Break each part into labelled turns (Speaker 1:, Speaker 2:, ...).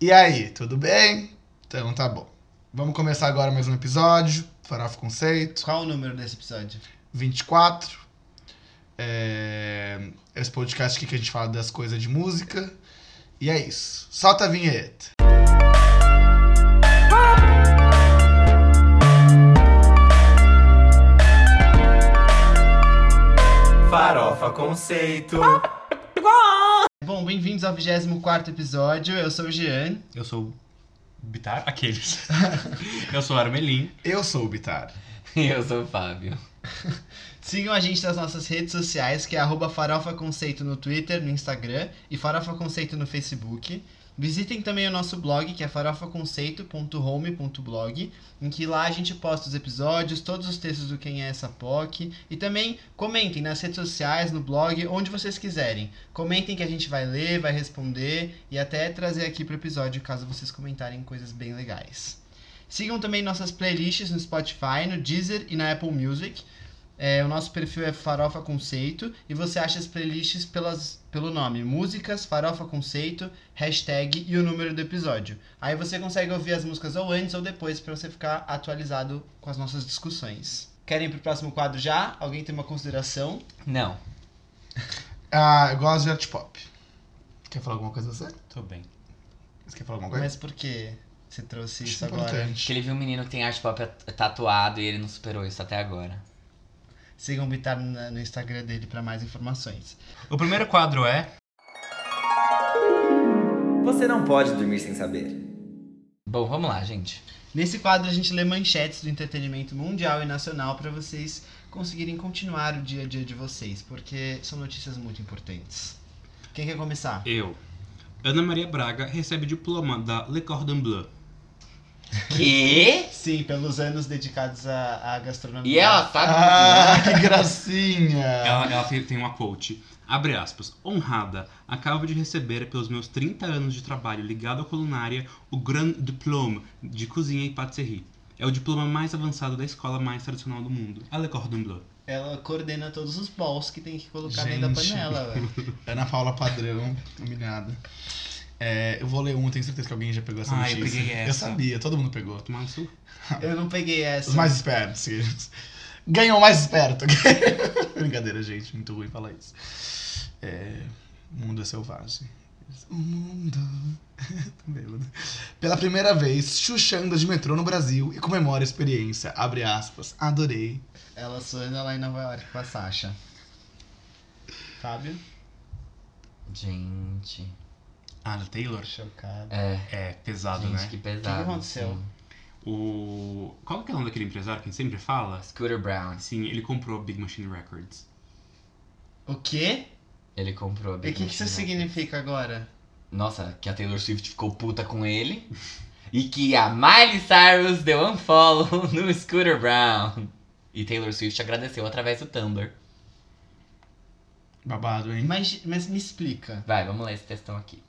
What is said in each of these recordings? Speaker 1: E aí, tudo bem? Então tá bom. Vamos começar agora mais um episódio, Farofa Conceito,
Speaker 2: Qual o número desse episódio?
Speaker 1: 24. É... Esse podcast aqui que a gente fala das coisas de música. E é isso. Solta a vinheta.
Speaker 3: Farofa Conceito.
Speaker 2: Bom, bem-vindos ao 24 episódio. Eu sou o Jean.
Speaker 3: Eu sou o Bitar, aqueles. Eu sou o Armelin.
Speaker 1: Eu sou o Bitar.
Speaker 4: E eu sou o Fábio.
Speaker 2: Sigam a gente nas nossas redes sociais, que é arroba Farofa Conceito no Twitter, no Instagram e Farofa Conceito no Facebook. Visitem também o nosso blog, que é farofaconceito.home.blog, em que lá a gente posta os episódios, todos os textos do Quem é essa POC, e também comentem nas redes sociais, no blog, onde vocês quiserem. Comentem que a gente vai ler, vai responder e até trazer aqui para o episódio caso vocês comentarem coisas bem legais. Sigam também nossas playlists no Spotify, no Deezer e na Apple Music. É, o nosso perfil é Farofa Conceito e você acha as playlists pelas, pelo nome Músicas Farofa Conceito, hashtag e o número do episódio. Aí você consegue ouvir as músicas ou antes ou depois pra você ficar atualizado com as nossas discussões. Querem ir pro próximo quadro já? Alguém tem uma consideração?
Speaker 4: Não.
Speaker 1: Ah, eu gosto de art pop. Quer falar alguma coisa você?
Speaker 3: Tô bem.
Speaker 1: Você quer falar alguma coisa?
Speaker 2: Mas por que você trouxe
Speaker 1: Acho é
Speaker 2: isso agora?
Speaker 4: Que
Speaker 1: importante.
Speaker 4: ele viu um menino que tem arte pop tatuado e ele não superou isso até agora.
Speaker 2: Sigam o Bitar na- no Instagram dele pra mais informações.
Speaker 3: O primeiro quadro é.
Speaker 5: Você não pode dormir sem saber.
Speaker 4: Bom, vamos lá, gente.
Speaker 2: Nesse quadro a gente lê manchetes do entretenimento mundial e nacional para vocês conseguirem continuar o dia a dia de vocês, porque são notícias muito importantes. Quem quer começar?
Speaker 3: Eu. Ana Maria Braga recebe diploma da Le Cordon Bleu.
Speaker 4: Que?
Speaker 2: Sim, pelos anos dedicados à, à gastronomia.
Speaker 4: E ela sabe
Speaker 1: Ah, é. que gracinha!
Speaker 3: Ela, ela tem, tem uma quote. Abre aspas. Honrada, acabo de receber, pelos meus 30 anos de trabalho ligado à culinária, o Grand Diplôme de Cozinha e Patisserie. É o diploma mais avançado da escola mais tradicional do mundo, a Le Cordon Bleu.
Speaker 2: Ela coordena todos os balls que tem que colocar dentro da
Speaker 1: Gente.
Speaker 2: panela, velho.
Speaker 1: Ana É Paula Padrão, humilhada. É, eu vou ler um, tenho certeza que alguém já pegou essa
Speaker 3: Ah, eu
Speaker 1: notícia.
Speaker 3: peguei essa.
Speaker 1: Eu sabia, todo mundo pegou.
Speaker 3: Tomar no seu
Speaker 2: Eu não peguei essa.
Speaker 1: Os mais espertos. sim. Ganham o mais esperto. Brincadeira, gente. Muito ruim falar isso. É, o mundo é selvagem. O mundo. Tô bêbado. Pela primeira vez, Xuxa anda de metrô no Brasil e comemora a experiência. Abre aspas. Adorei.
Speaker 2: Ela sonha lá em Nova York com a Sasha. Fábio?
Speaker 4: Gente.
Speaker 3: Ah, da Taylor?
Speaker 2: Chocado.
Speaker 4: É.
Speaker 3: É pesado,
Speaker 4: gente,
Speaker 3: né?
Speaker 4: que pesado.
Speaker 2: O que aconteceu?
Speaker 4: assim.
Speaker 3: O. Qual que é o nome daquele empresário que a gente sempre fala?
Speaker 4: Scooter Brown.
Speaker 3: Sim, ele comprou a Big Machine Records.
Speaker 2: O quê?
Speaker 4: Ele comprou a
Speaker 2: E o
Speaker 4: Big
Speaker 2: que, que isso
Speaker 4: Machine.
Speaker 2: significa agora?
Speaker 4: Nossa, que a Taylor Swift ficou puta com ele. E que a Miley Cyrus deu um follow no Scooter Brown. E Taylor Swift agradeceu através do Tumblr.
Speaker 1: Babado, hein?
Speaker 2: Mas, mas me explica.
Speaker 4: Vai, vamos ler esse textão aqui.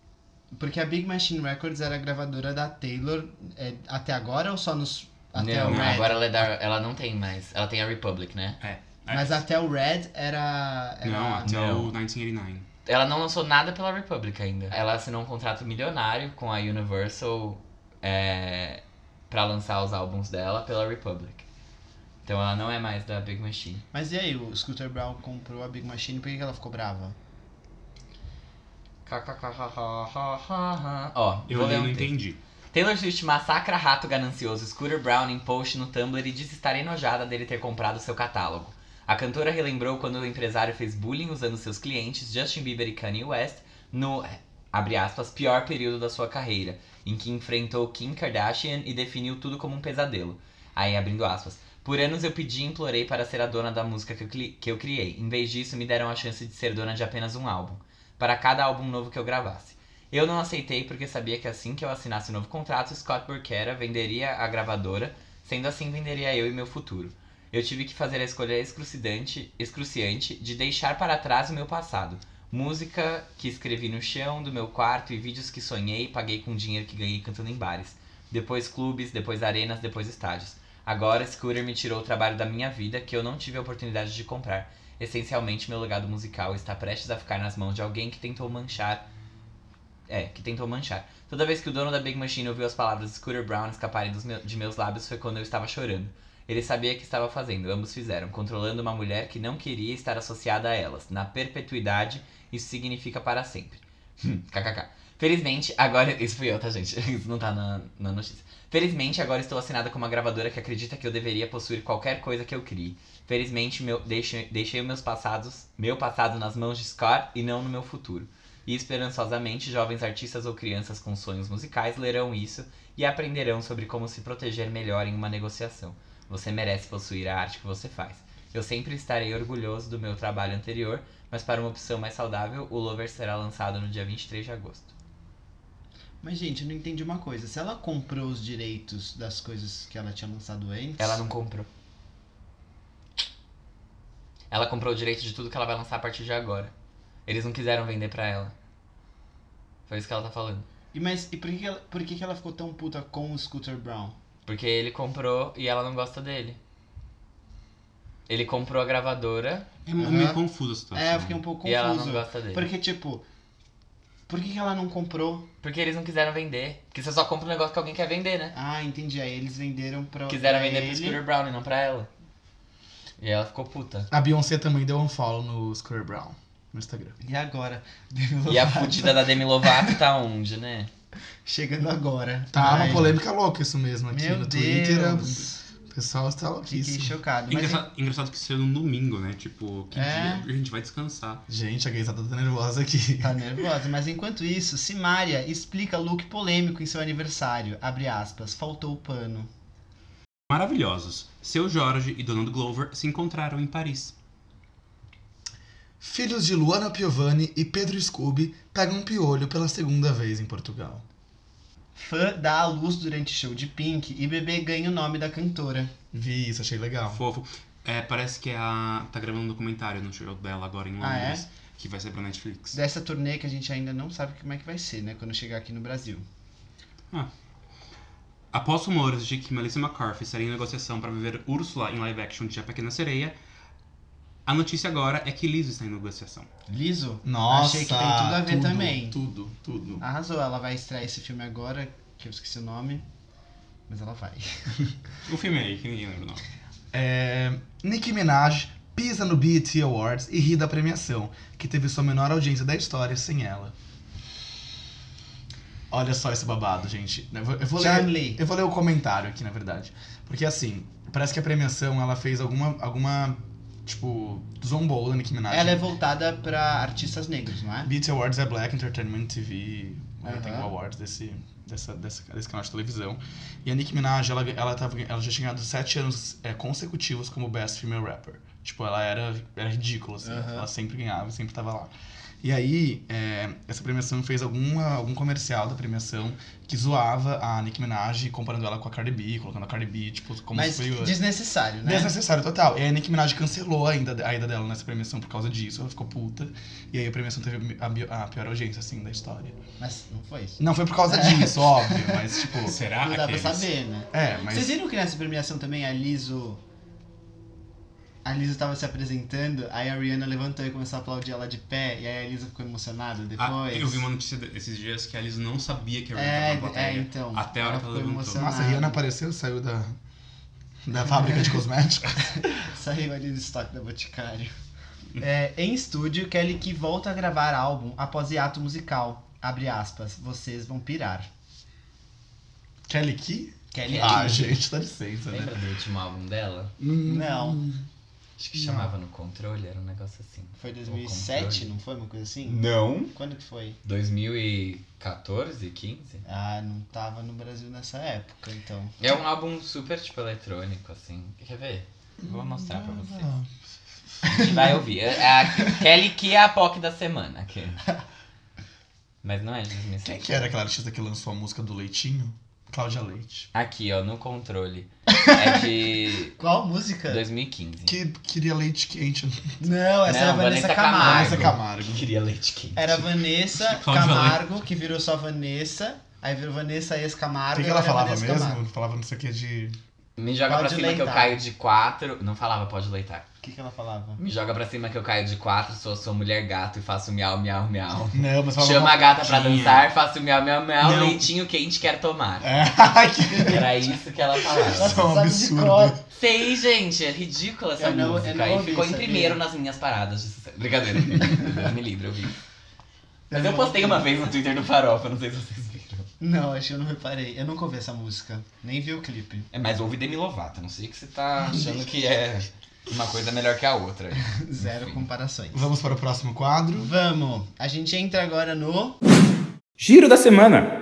Speaker 2: Porque a Big Machine Records era a gravadora da Taylor é, até agora ou só nos. Até
Speaker 4: não,
Speaker 2: o Red?
Speaker 4: agora ela, é da, ela não tem mais. Ela tem a Republic, né?
Speaker 2: Mas Ah, até o Red era. era-
Speaker 3: É. Não, até
Speaker 4: Não.
Speaker 3: o 1989.
Speaker 4: Ela não lançou nada pela Republic ainda. Ela assinou um contrato milionário com a Universal é, para lançar os álbuns dela pela Republic. Então ela não é mais da Big Machine.
Speaker 2: Mas e aí, o Scooter Brown comprou a Big Machine, por que que ela ficou brava?
Speaker 4: Ó,
Speaker 3: Eu
Speaker 4: vou ler
Speaker 3: ainda
Speaker 4: um
Speaker 3: não
Speaker 4: texto.
Speaker 3: entendi.
Speaker 4: Taylor Swift massacra rato ganancioso Scooter Brown em post no Tumblr e diz estar enojada dele ter comprado seu catálogo. A cantora relembrou quando o empresário fez bullying usando seus clientes, Justin Bieber e Kanye West, no, abre aspas, pior período da sua carreira, em que enfrentou Kim Kardashian e definiu tudo como um pesadelo. Aí, abrindo aspas, por anos eu pedi e implorei para ser a dona da música que eu, cli- que eu criei. Em vez disso, me deram a chance de ser dona de apenas um álbum, para cada álbum novo que eu gravasse. Eu não aceitei porque sabia que assim que eu assinasse o novo contrato, Scott Burkera venderia a gravadora, sendo assim venderia eu e meu futuro. Eu tive que fazer a escolha excrucidante, excruciante de deixar para trás o meu passado. Música que escrevi no chão do meu quarto e vídeos que sonhei e paguei com o dinheiro que ganhei cantando em bares. Depois clubes, depois arenas, depois estádios. Agora Scooter me tirou o trabalho da minha vida que eu não tive a oportunidade de comprar. Essencialmente, meu legado musical está prestes a ficar nas mãos de alguém que tentou manchar É, que tentou manchar. Toda vez que o dono da Big Machine ouviu as palavras Scooter Brown escaparem dos meu- de meus lábios foi quando eu estava chorando. Ele sabia o que estava fazendo, ambos fizeram, controlando uma mulher que não queria estar associada a elas. Na perpetuidade, isso significa para sempre. Hum, KKK. Felizmente, agora. Isso fui eu, tá, gente? Isso não tá na, na notícia. Felizmente, agora estou assinada com uma gravadora que acredita que eu deveria possuir qualquer coisa que eu crie. Felizmente, meu, deixei, deixei meus passados, meu passado nas mãos de Scar e não no meu futuro. E esperançosamente, jovens artistas ou crianças com sonhos musicais lerão isso e aprenderão sobre como se proteger melhor em uma negociação. Você merece possuir a arte que você faz. Eu sempre estarei orgulhoso do meu trabalho anterior, mas para uma opção mais saudável, o Lover será lançado no dia 23 de agosto.
Speaker 2: Mas, gente, eu não entendi uma coisa. Se ela comprou os direitos das coisas que ela tinha lançado antes.
Speaker 4: Ela não comprou. Ela comprou o direito de tudo que ela vai lançar a partir de agora. Eles não quiseram vender pra ela. Foi isso que ela tá falando.
Speaker 2: E, mas, e por, que, que ela, por que, que ela ficou tão puta com o Scooter Brown?
Speaker 4: Porque ele comprou e ela não gosta dele. Ele comprou a gravadora
Speaker 3: É
Speaker 2: Aham.
Speaker 3: meio confusa a situação.
Speaker 2: É, eu fiquei um pouco
Speaker 4: e ela não
Speaker 2: confuso.
Speaker 4: gosta dele.
Speaker 2: Porque, tipo. Por que, que ela não comprou?
Speaker 4: Porque eles não quiseram vender. Porque você só compra um negócio que alguém quer vender, né?
Speaker 2: Ah, entendi. Aí eles venderam pra.
Speaker 4: Quiseram
Speaker 2: pra
Speaker 4: vender pro
Speaker 2: ele.
Speaker 4: Scooter Brown e não pra ela. E ela ficou puta.
Speaker 1: A Beyoncé também deu um follow no Scooter Brown no Instagram.
Speaker 2: E agora?
Speaker 4: E a fudida da Demi Lovato tá onde, né?
Speaker 2: Chegando agora.
Speaker 1: Tá
Speaker 2: Ai,
Speaker 1: uma polêmica louca isso mesmo aqui
Speaker 2: Meu
Speaker 1: no Twitter.
Speaker 2: Deus.
Speaker 1: O pessoal está
Speaker 2: Fiquei
Speaker 1: louquíssimo.
Speaker 2: chocado. Mas,
Speaker 3: Engraçado, engraçado que isso saiu no domingo, né? Tipo, que
Speaker 2: É.
Speaker 3: dia a gente vai descansar.
Speaker 1: Gente, a gaysada tá nervosa aqui.
Speaker 2: Tá nervosa, mas enquanto isso, Simária explica look polêmico em seu aniversário. Abre aspas, faltou o pano.
Speaker 3: Maravilhosos. Seu Jorge e Donald Glover se encontraram em Paris.
Speaker 1: Filhos de Luana Piovani e Pedro Scooby pegam piolho pela segunda vez em Portugal.
Speaker 2: Fã dá à luz durante show de Pink e bebê ganha o nome da cantora.
Speaker 1: Vi isso, achei legal.
Speaker 3: Fofo. É, parece que a tá gravando um documentário no show dela agora em
Speaker 2: Ah, é?
Speaker 3: Londres, que vai sair pra Netflix.
Speaker 2: Dessa turnê que a gente ainda não sabe como é que vai ser, né? Quando chegar aqui no Brasil.
Speaker 3: Após rumores de que Melissa McCarthy estaria em negociação para viver Úrsula em live action de A Pequena Sereia, a notícia agora é que Liz está em negociação.
Speaker 2: Liso?
Speaker 1: Nossa,
Speaker 2: Achei que tem tudo a ver
Speaker 1: tudo,
Speaker 2: também.
Speaker 1: Tudo, tudo.
Speaker 2: Arrasou, ela vai estrear esse filme agora, que eu esqueci o nome. Mas ela vai.
Speaker 3: O filme aí, que ninguém lembra o nome.
Speaker 1: É, Nicki Minaj pisa no BET Awards e ri da premiação, que teve sua menor audiência da história sem ela. Olha só esse babado, gente. Eu vou, eu vou ler,
Speaker 2: Charlie.
Speaker 1: eu vou ler o comentário aqui, na verdade. Porque assim, parece que a premiação ela fez alguma. alguma tipo, zombou da Nicki Minaj.
Speaker 2: Ela é voltada pra artistas negros, não é?
Speaker 1: BET Awards é Black Entertainment TV, né, tem o
Speaker 2: Aham.
Speaker 1: Awards desse, dessa, dessa, desse canal de televisão. E a Nicki Minaj, ela, ela, tava, ela já tinha ganhado sete anos é, consecutivos como Best Female Rapper. Tipo, ela era, era ridícula, assim.
Speaker 2: Aham.
Speaker 1: Ela sempre ganhava, e sempre tava lá. E aí, é, essa premiação fez alguma, algum comercial da premiação que zoava a Nicki Minaj, comparando ela com a Cardi B, colocando a Cardi B, tipo, como
Speaker 2: Mas
Speaker 1: se foi...
Speaker 2: desnecessário, né?
Speaker 1: Desnecessário total. E a Nicki Minaj cancelou a ida, a ida dela nessa premiação por causa disso, ela ficou puta. E aí a premiação teve a, bi- a pior audiência, assim, da história.
Speaker 2: Mas não foi isso.
Speaker 1: Não foi por
Speaker 2: É.
Speaker 1: causa disso, óbvio, mas tipo.
Speaker 3: Será
Speaker 2: não dá
Speaker 3: aqueles?
Speaker 2: pra saber, né?
Speaker 1: É, mas.
Speaker 2: Vocês viram que nessa premiação também a Liso. A Liso tava se apresentando, aí a Rihanna levantou e começou a aplaudir ela de pé, e aí a Liso ficou emocionada depois.
Speaker 3: Ah, eu vi uma notícia de- esses dias que a Liz não sabia que a Rihanna
Speaker 2: É,
Speaker 3: tava na
Speaker 2: é,
Speaker 3: plateia.
Speaker 2: então.
Speaker 3: Até a hora
Speaker 2: ela
Speaker 3: que
Speaker 2: ficou
Speaker 3: ela levantou.
Speaker 2: emocionada.
Speaker 1: Nossa, a Rihanna apareceu, saiu da. Da fábrica de cosméticos.
Speaker 2: Saiu ali do estoque da Boticário. É, em estúdio, Kelly que volta a gravar álbum após hiato musical. Abre aspas, vocês vão pirar.
Speaker 1: Kelly Key?
Speaker 2: Kelly
Speaker 1: Ah,
Speaker 2: Key.
Speaker 1: gente, dá licença, né?
Speaker 4: Lembra do último álbum dela?
Speaker 1: Hum,
Speaker 2: Não.
Speaker 4: Acho que chamava no controle, era um negócio assim.
Speaker 2: Foi 2007, não foi? Uma coisa assim?
Speaker 4: Não.
Speaker 2: Quando que foi?
Speaker 4: 2014, 15?
Speaker 2: Ah, não tava no Brasil nessa época, então.
Speaker 4: É um álbum super, tipo, eletrônico, assim. Quer ver? Vou mostrar pra vocês. A gente vai ouvir. É a Kelly que é a POC da semana. aqui. Mas não é de 2007.
Speaker 1: Quem que era aquela artista que lançou a música do Leitinho? Cláudia Leite.
Speaker 4: Aqui, ó, no controle. É de
Speaker 2: Qual música?
Speaker 4: 2015.
Speaker 1: Que queria leite quente.
Speaker 2: Não, essa
Speaker 4: Não,
Speaker 2: era a Vanessa,
Speaker 4: Vanessa
Speaker 2: Camargo.
Speaker 4: Camargo.
Speaker 1: Vanessa Camargo.
Speaker 4: queria leite quente.
Speaker 2: Era a Vanessa
Speaker 3: Cláudia
Speaker 2: Camargo, que virou só Vanessa. Aí virou Vanessa ex
Speaker 1: O
Speaker 2: Camargo.
Speaker 1: que, que ela
Speaker 2: agora é
Speaker 1: falava
Speaker 2: Vanessa
Speaker 1: mesmo?
Speaker 2: Camargo.
Speaker 1: Falava não sei o que de.
Speaker 4: Me joga
Speaker 2: Pode
Speaker 4: pra cima que eu
Speaker 2: leitar.
Speaker 4: caio de quatro. Não falava pode leitar.
Speaker 2: O que, que ela falava?
Speaker 4: Me joga pra cima que eu caio de quatro, sou sua mulher gato e faço miau, miau, miau.
Speaker 1: Não, mas falava.
Speaker 4: Chama a gata pra
Speaker 3: gatinha.
Speaker 4: dançar, faço miau, miau, miau,
Speaker 3: Não.
Speaker 4: leitinho quente quer tomar.
Speaker 1: É, que-
Speaker 4: Era isso que ela
Speaker 1: Nossa.
Speaker 4: falava.
Speaker 1: é um
Speaker 2: Sabe de
Speaker 1: absurdo.
Speaker 2: cor.
Speaker 4: Sei, gente, é ridícula essa
Speaker 2: Eu não- eu
Speaker 4: música.
Speaker 2: não
Speaker 4: e
Speaker 2: ouvi,
Speaker 4: ficou em
Speaker 2: sabia?
Speaker 4: primeiro nas minhas paradas. de sucesso. Brincadeira. Deus me livre, eu vi. Mas eu postei uma vez no Twitter do Farofa, não sei se vocês viram.
Speaker 2: Não, acho que eu não reparei. Eu nunca ouvi essa música. Nem vi o clipe.
Speaker 4: É, mas ouvi Demi Lovato, não sei o que você tá achando que é uma coisa melhor que a outra.
Speaker 2: Zero comparações.
Speaker 1: Vamos para o próximo quadro.
Speaker 2: Vamos! A gente entra agora no.
Speaker 5: Giro da semana.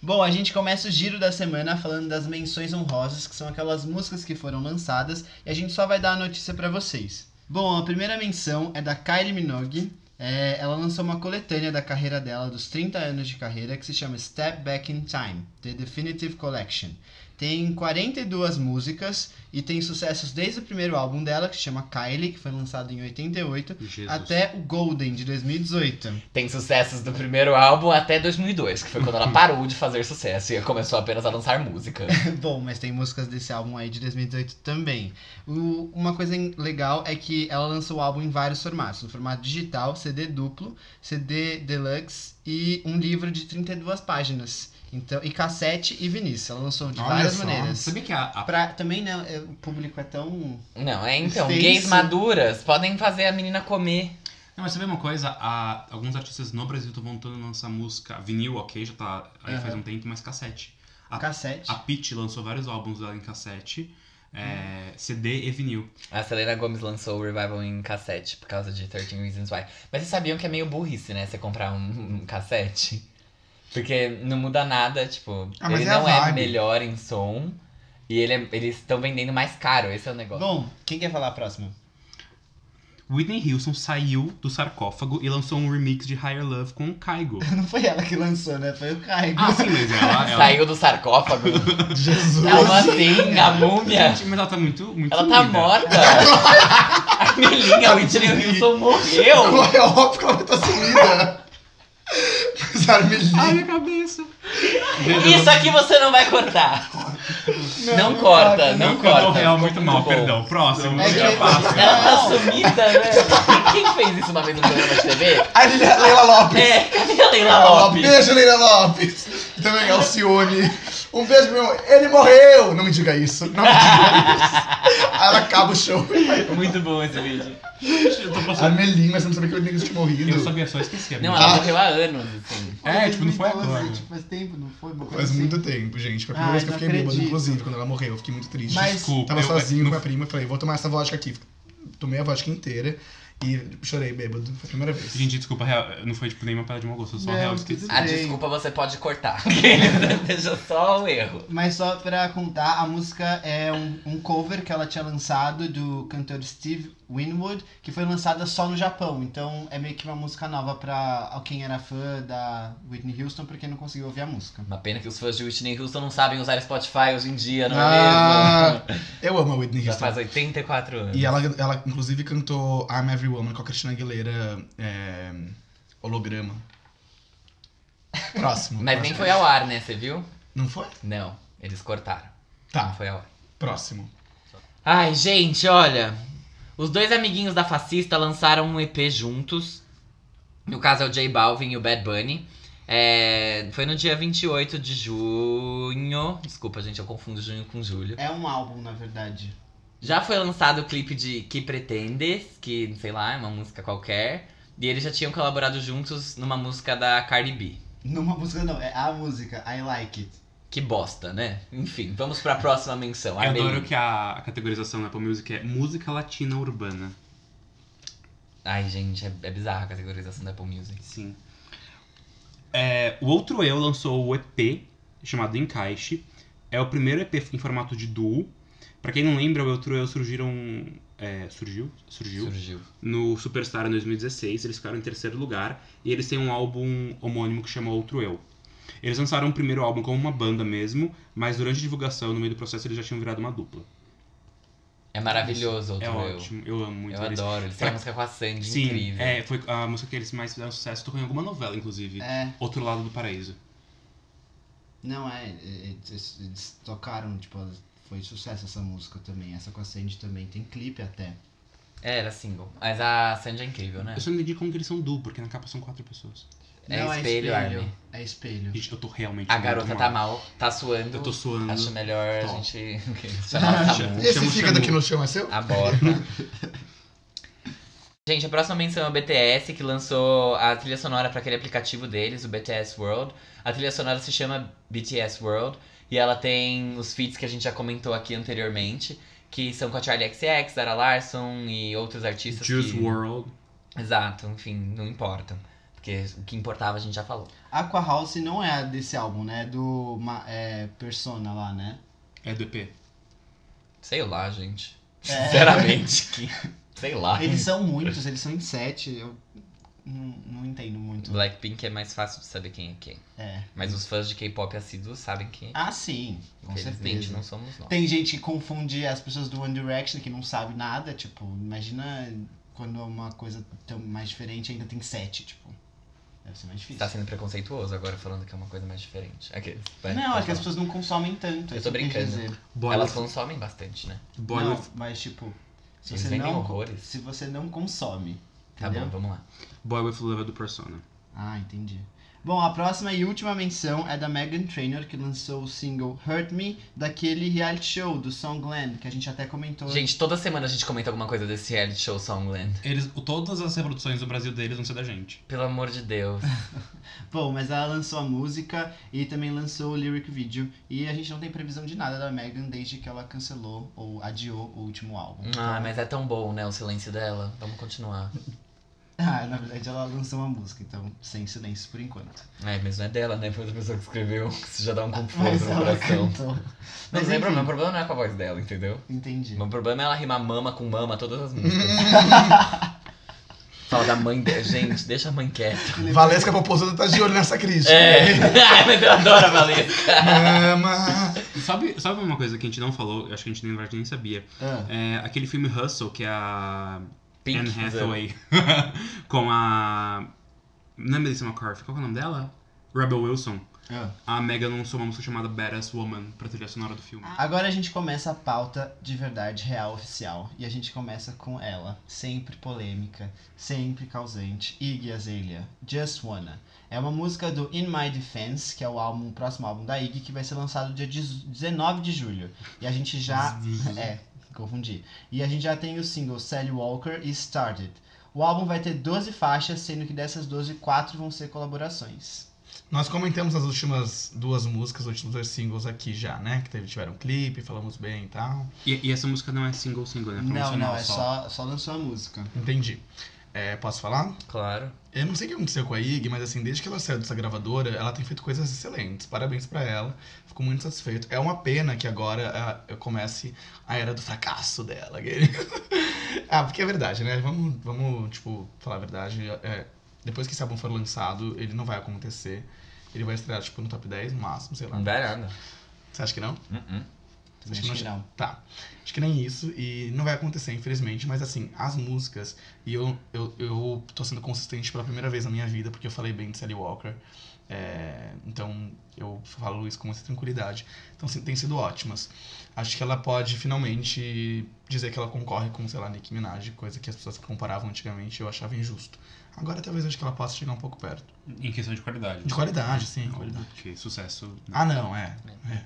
Speaker 2: Bom, a gente começa o giro da semana falando das menções honrosas, que são aquelas músicas que foram lançadas, e a gente só vai dar a notícia pra vocês. Bom, a primeira menção é da Kylie Minogue. É, ela lançou uma coletânea da carreira dela, dos 30 anos de carreira, que se chama Step Back in Time, The Definitive Collection. Tem 42 músicas e tem sucessos desde o primeiro álbum dela, que se chama Kylie, que foi lançado em 88,
Speaker 3: Jesus.
Speaker 2: até o Golden, de 2018.
Speaker 4: Tem sucessos do primeiro álbum até 2002, que foi quando ela parou de fazer sucesso e começou apenas a lançar música.
Speaker 2: Bom, mas tem músicas desse álbum aí de 2018 também. O- uma coisa em- legal é que ela lançou o álbum em vários formatos: no formato digital, CD duplo, CD deluxe e um livro de 32 páginas. Então, e cassete e vinícius. Ela lançou de
Speaker 1: Olha
Speaker 2: várias
Speaker 1: só,
Speaker 2: maneiras.
Speaker 3: Sabia que a, a
Speaker 2: Pra, também, né? é, O público é tão.
Speaker 4: Não, é então,
Speaker 2: Tem
Speaker 4: gays
Speaker 2: isso.
Speaker 4: maduras podem fazer a menina comer.
Speaker 3: Não, mas sabe uma coisa? A- alguns artistas no Brasil estão voltando a lançar música vinil, ok, já tá aí
Speaker 2: Aham.
Speaker 3: faz um tempo, mas cassete. A-
Speaker 2: Cassete.
Speaker 3: A Pitty lançou vários álbuns dela em cassete, é,
Speaker 2: Hum.
Speaker 3: CD e vinil.
Speaker 4: A Selena Gomes lançou o Revival em cassete por causa de 13 Reasons Why. Mas vocês sabiam que é meio burrice, né? Você comprar um, um cassete. Porque não muda nada, tipo,
Speaker 1: Ah, mas
Speaker 4: ele
Speaker 1: é a
Speaker 4: não é
Speaker 1: vibe.
Speaker 4: melhor em som. E ele é- eles estão vendendo mais caro, esse é o negócio.
Speaker 2: Bom, quem quer falar a próxima?
Speaker 3: Whitney Houston saiu do sarcófago e lançou um remix de Higher Love com o Kygo.
Speaker 2: Não foi ela que lançou, né? Foi o Caigo.
Speaker 3: Ah, sim, mas ela... ela...
Speaker 4: Saiu do sarcófago.
Speaker 1: Jesus.
Speaker 4: Como assim? A múmia?
Speaker 3: Gente, mas ela tá muito, muito
Speaker 4: Ela tá
Speaker 3: sumida.
Speaker 4: morta. a Melinha, o Whitney Houston morreu.
Speaker 1: É óbvio que ela vai estar sumida. Mas a
Speaker 3: Ai,
Speaker 1: Armelinha.
Speaker 3: minha cabeça.
Speaker 4: Isso aqui você não vai cortar. Não,
Speaker 2: não
Speaker 4: corta,
Speaker 2: corta,
Speaker 4: não é
Speaker 3: Eu
Speaker 4: corta.
Speaker 3: tô real muito
Speaker 4: Ficou
Speaker 3: mal,
Speaker 4: bom.
Speaker 3: perdão. Próximo.
Speaker 2: É que-
Speaker 3: já passa.
Speaker 4: Ela tá
Speaker 2: Não.
Speaker 4: sumida, né? Quem quem fez isso uma vez no programa de TV?
Speaker 1: A Leila Leila Lopes.
Speaker 4: É, cadê a Leila
Speaker 1: Leila Lopes.
Speaker 4: Lopes?
Speaker 1: Beijo, Leila Lopes. E Também Alcione. Um beijo, meu irmão. Ele morreu. Não me diga isso. Não me diga isso. Aí ela acaba o show.
Speaker 4: Muito bom esse vídeo.
Speaker 3: Eu tô
Speaker 1: A
Speaker 3: passando...
Speaker 1: Melinha, mas você não sabia que o Melinha tinha morrido.
Speaker 3: Eu sabia, só esqueci. a
Speaker 4: Não,
Speaker 3: minha.
Speaker 4: ela
Speaker 1: Ah.
Speaker 4: morreu há anos, assim.
Speaker 3: É, tipo, não foi
Speaker 2: Então,
Speaker 3: agora.
Speaker 2: assim, tipo, faz tempo, não foi? Uma coisa
Speaker 1: Faz
Speaker 2: assim.
Speaker 1: muito tempo, gente. Foi a primeira
Speaker 2: Ai,
Speaker 1: vez que eu
Speaker 2: não
Speaker 1: fiquei bêbado,
Speaker 2: acredito.
Speaker 1: inclusive, quando ela morreu. Eu fiquei muito triste.
Speaker 2: Mas-
Speaker 3: Desculpa.
Speaker 1: Tava
Speaker 3: eu- é,
Speaker 1: sozinho
Speaker 3: no
Speaker 1: com a minha prima, falei, vou tomar essa vodka aqui. Tomei a vodka inteira e chorei bêbado. Foi a primeira vez.
Speaker 3: Gente, desculpa, real, não foi tipo nenhuma parada de mau gosto, eu só
Speaker 2: Não,
Speaker 3: real
Speaker 2: tudo
Speaker 3: esqueci.
Speaker 4: A
Speaker 2: Bem.
Speaker 4: desculpa você pode cortar. Deixa só o erro.
Speaker 2: Mas só pra contar, a música é um, um cover que ela tinha lançado do cantor Steve Winwood, que foi lançada só no Japão. Então é meio que uma música nova pra quem era fã da Whitney Houston, porque não conseguiu ouvir a música.
Speaker 4: Uma pena que os fãs de Whitney Houston não sabem usar Spotify hoje em dia, não é
Speaker 1: Ah,
Speaker 3: é,
Speaker 4: mesmo?
Speaker 1: eu amo a Whitney
Speaker 4: Já
Speaker 1: Houston.
Speaker 4: faz 84 anos.
Speaker 1: E ela, ela, inclusive, cantou I'm Every Woman com a Cristina Aguilera é, holograma. Próximo.
Speaker 4: Mas nem
Speaker 1: próximo.
Speaker 4: foi ao ar, né? Você viu?
Speaker 1: Não foi?
Speaker 4: Não, eles cortaram. Não
Speaker 1: Tá,
Speaker 4: foi ao ar.
Speaker 1: próximo.
Speaker 4: Ai, gente, olha. Os dois amiguinhos da fascista lançaram um EP juntos. No caso é o J Balvin e o Bad Bunny. É, foi no dia 28 de junho. Desculpa, gente, eu confundo junho com julho.
Speaker 2: É um álbum, na verdade.
Speaker 4: Já foi lançado o clipe de Que Pretendes, que sei lá, é uma música qualquer. E eles já tinham colaborado juntos numa música da Cardi B.
Speaker 2: Numa música não, é a música, I Like It.
Speaker 4: Que bosta, né? Enfim, vamos pra próxima menção.
Speaker 3: Eu adoro que a, a categorização na Apple Music é música latina urbana.
Speaker 4: Ai, gente, é, é bizarra a categorização da Apple Music.
Speaker 3: Sim. É, o Outro Eu lançou o EP, chamado Encaixe. É o primeiro EP em formato de duo. Pra quem não lembra, o Outro Eu surgiram... é, surgiu? Surgiu.
Speaker 4: Surgiu.
Speaker 3: no Superstar em 2016, eles ficaram em terceiro lugar e eles têm um álbum homônimo que chama Outro Eu. Eles lançaram o primeiro álbum como uma banda mesmo, mas durante a divulgação, no meio do processo, eles já tinham virado uma dupla.
Speaker 4: É maravilhoso, outro
Speaker 3: é
Speaker 4: eu.
Speaker 3: ótimo, eu amo muito
Speaker 4: eu
Speaker 3: eles.
Speaker 4: adoro, eles têm
Speaker 3: Pra-
Speaker 4: uma música com a Sandy
Speaker 3: Sim,
Speaker 4: incrível.
Speaker 3: é, foi a música que eles mais fizeram sucesso, tocou em alguma novela, inclusive.
Speaker 2: É,
Speaker 3: Outro Lado do Paraíso.
Speaker 2: não é, eles, eles tocaram, tipo, Foi sucesso essa música também. Essa com a Sandy também. Tem clipe até.
Speaker 4: É, era single. Mas a Sandy é incrível, né?
Speaker 3: Eu só não entendi como que eles são duplo, porque na capa são quatro pessoas.
Speaker 4: É espelho, Armin.
Speaker 2: É espelho.
Speaker 3: Gente, eu tô realmente.
Speaker 4: A
Speaker 3: muito
Speaker 4: garota
Speaker 3: mal.
Speaker 4: tá mal, tá suando.
Speaker 3: Eu tô suando.
Speaker 4: Acho melhor
Speaker 3: Tô.
Speaker 4: a gente chamar o Samu.
Speaker 1: Esse
Speaker 3: Chama o
Speaker 1: fígado
Speaker 3: Xamu.
Speaker 1: aqui no chão é seu?
Speaker 4: A bota. Gente, a próxima menção é o BTS, que lançou a trilha sonora para aquele aplicativo deles, o BTS World. A trilha sonora se chama BTS World e ela tem os feats que a gente já comentou aqui anteriormente, que são com a Charlie XX, Zara Larson e outros artistas.
Speaker 3: Juice
Speaker 4: que...
Speaker 3: World.
Speaker 4: Exato, enfim, não importa. Porque o que importava a gente já falou.
Speaker 2: Aqua House não é a desse álbum, né? É do Ma- é, Persona lá, né?
Speaker 3: É do EP.
Speaker 4: Sei lá, gente.
Speaker 2: É.
Speaker 4: Sinceramente, que. Sei lá.
Speaker 2: Eles são muitos, eles são em sete. Eu não, não entendo muito.
Speaker 4: Blackpink é mais fácil de saber quem é quem.
Speaker 2: É.
Speaker 4: Mas os fãs de K-pop assíduos sabem quem é.
Speaker 2: Ah, sim. Com
Speaker 4: Infelizmente,
Speaker 2: certeza.
Speaker 4: não somos nós.
Speaker 2: Tem gente que confunde as pessoas do One Direction que não sabe nada, tipo, imagina quando é uma coisa tão mais diferente ainda tem sete, tipo. Deve ser mais difícil.
Speaker 4: Tá sendo preconceituoso agora falando que é uma coisa mais diferente. Aqueles, vai,
Speaker 2: não, é
Speaker 4: pode
Speaker 2: que as
Speaker 4: falar.
Speaker 2: pessoas não consomem tanto.
Speaker 4: Eu
Speaker 2: é isso
Speaker 4: tô
Speaker 2: que eu quis
Speaker 4: brincando.
Speaker 2: dizer.
Speaker 3: Boy
Speaker 4: Elas
Speaker 3: with,
Speaker 4: consomem bastante, né?
Speaker 3: boy
Speaker 2: não,
Speaker 3: with-
Speaker 2: mas tipo, se
Speaker 4: Eles
Speaker 2: você
Speaker 4: vendem
Speaker 2: não,
Speaker 4: horrores.
Speaker 2: se você não consome,
Speaker 4: Tá
Speaker 2: entendeu?
Speaker 4: bom, vamos lá.
Speaker 3: Boy with Love é do Persona.
Speaker 2: Ah, entendi. Bom, a próxima e última menção é da Megan Trainor, que lançou o single Hurt Me, daquele reality show do Songland, que a gente até comentou.
Speaker 4: Gente, toda semana a gente comenta alguma coisa desse reality show Songland.
Speaker 3: Eles, todas as reproduções do Brasil deles vão ser da gente.
Speaker 4: Pelo amor de Deus.
Speaker 2: Bom, mas ela lançou a música e também lançou o lyric video. E a gente não tem previsão de nada da Megan desde que ela cancelou ou adiou o último álbum.
Speaker 4: Ah, mas é tão bom, né? O silêncio dela. Vamos continuar.
Speaker 2: Ah, na verdade ela lançou uma música, então sem silêncio por enquanto.
Speaker 4: É, mas não é dela, né? Foi outra pessoa que escreveu. Isso já dá um
Speaker 2: mas
Speaker 4: confuso no
Speaker 2: ela
Speaker 4: coração.
Speaker 2: cantou.
Speaker 4: Não
Speaker 2: Mas
Speaker 4: tem problema. O
Speaker 2: enfim,
Speaker 4: problema não é com a voz dela, entendeu?
Speaker 2: entendi.
Speaker 4: O meu problema é ela rimar mama com mama todas as músicas. Fala da mãe dela. Gente, deixa a mãe quieta.
Speaker 1: Valesca Popozuda tá de olho nessa crítica.
Speaker 4: É. Ai, mas eu adoro a Valesca.
Speaker 1: Mama.
Speaker 3: E sabe, sabe uma coisa que a gente não falou? Eu acho que a gente nem, na verdade, nem sabia.
Speaker 2: Ah,
Speaker 3: É aquele filme Hustle, que é a
Speaker 4: Pink,
Speaker 3: Anne Hathaway. com a. Não é Melissa McCarthy? Qual que é o nome dela? Rebel Wilson.
Speaker 2: ah.
Speaker 3: A Megan lançou uma música chamada Badass Woman pra trilha sonora do filme.
Speaker 2: Agora a gente começa a pauta de verdade real oficial. E a gente começa com ela, sempre polêmica, sempre causante, Iggy Azalea, Just Wanna. É uma música do In My Defense, que é o álbum, o próximo álbum da Iggy, que vai ser lançado dia 19 de julho. E a gente já... é, confundi. E a gente já tem os singles Sally Walker e Started. O álbum vai ter 12 faixas, sendo que dessas 12, 4 vão ser colaborações.
Speaker 1: Nós comentamos as últimas duas músicas, os últimos dois singles aqui já, né? Que teve, tiveram clipe, falamos bem e tal.
Speaker 3: E, e essa música não é single, single, né? É
Speaker 2: Não,
Speaker 3: promocional
Speaker 2: não, é só, só lançou a música.
Speaker 1: Entendi. É, posso falar?
Speaker 4: Claro.
Speaker 1: Eu não sei o que aconteceu com a Ig, mas assim, desde que ela saiu dessa gravadora, ela tem feito coisas excelentes. Parabéns pra ela. Fico muito satisfeito. É uma pena que agora ah, eu comece a era do fracasso dela. gay. ah, porque é verdade, né? Vamos, vamos tipo, falar a verdade. É, depois que esse álbum for lançado, ele não vai acontecer. Ele vai estrear, tipo, no top 10, no máximo, sei lá.
Speaker 4: Não dá nada. Uh-uh.
Speaker 1: Você acha que não?
Speaker 2: Acho que não.
Speaker 1: Tá. Acho que nem isso. E não vai acontecer, infelizmente. Mas assim, as músicas. E eu, eu, eu tô sendo consistente pela primeira vez na minha vida, porque eu falei bem de Sally Walker. É, então eu falo isso com muita tranquilidade. Então assim, tem sido ótimas. Acho que ela pode finalmente dizer que ela concorre com, sei lá, Nicki Minaj, coisa que as pessoas que comparavam antigamente eu achava injusto. Agora talvez acho que ela possa chegar um pouco perto.
Speaker 3: Em questão de qualidade.
Speaker 1: De qualidade, sim,
Speaker 3: Óbvio
Speaker 1: qualidade.
Speaker 3: que sucesso.
Speaker 1: Ah, não, é. é.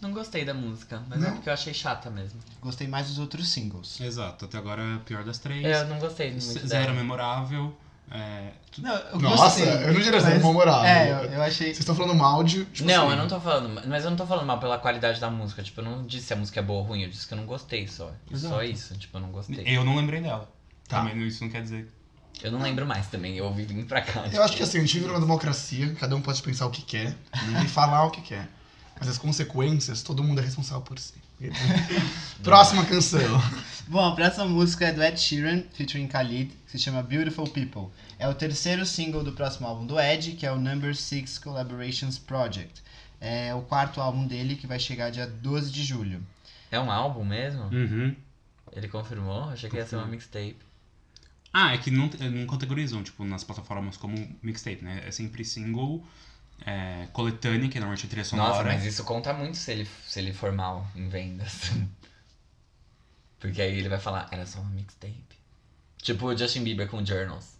Speaker 4: Não gostei da música, mas é
Speaker 1: Não.
Speaker 4: porque eu achei chata mesmo.
Speaker 2: Gostei mais dos outros singles.
Speaker 3: Exato, até agora é a pior das três.
Speaker 4: Eu não gostei muito
Speaker 3: Z-
Speaker 4: dela.
Speaker 3: é Zero memorável. É, tu-
Speaker 2: Não, eu
Speaker 1: Nossa, eu não diria ser memorável.
Speaker 2: É, eu, eu achei.
Speaker 1: Vocês estão falando mal de. Tipo,
Speaker 4: Não,
Speaker 1: assim,
Speaker 4: eu não tô falando, mas eu não tô falando mal pela qualidade da música. Tipo, eu não disse se a música é boa ou ruim, eu disse que eu não gostei só. E
Speaker 1: Exato.
Speaker 4: Só isso, tipo, eu não gostei.
Speaker 3: eu não lembrei dela.
Speaker 1: Tá.
Speaker 3: Também não- isso não quer dizer.
Speaker 4: Eu não lembro mais também, eu ouvi vindo pra cá.
Speaker 1: Eu acho que assim, a gente vive numa democracia, cada um pode pensar o que quer né, e falar o que quer. Mas as consequências, todo mundo é responsável por si. Próxima canção.
Speaker 2: Bom, a próxima música é do Ed Sheeran, featuring Khalid, que se chama Beautiful People. É o terceiro single do próximo álbum do Ed, que é o Number Six Collaborations Project. É o quarto álbum dele, que vai chegar dia 12 de julho.
Speaker 4: É um álbum mesmo?
Speaker 3: Uhum.
Speaker 4: Ele confirmou? Achei que ia ser uma mixtape.
Speaker 3: Ah, é que não, te- não categorizam, tipo, nas plataformas como mixtape, né? É sempre single é, coletânea, que normalmente é trilha sonora.
Speaker 4: Nossa, mas isso conta muito se ele, se ele for mal em vendas. Porque aí ele vai falar, era só uma mixtape. Tipo o Justin Bieber com Journals.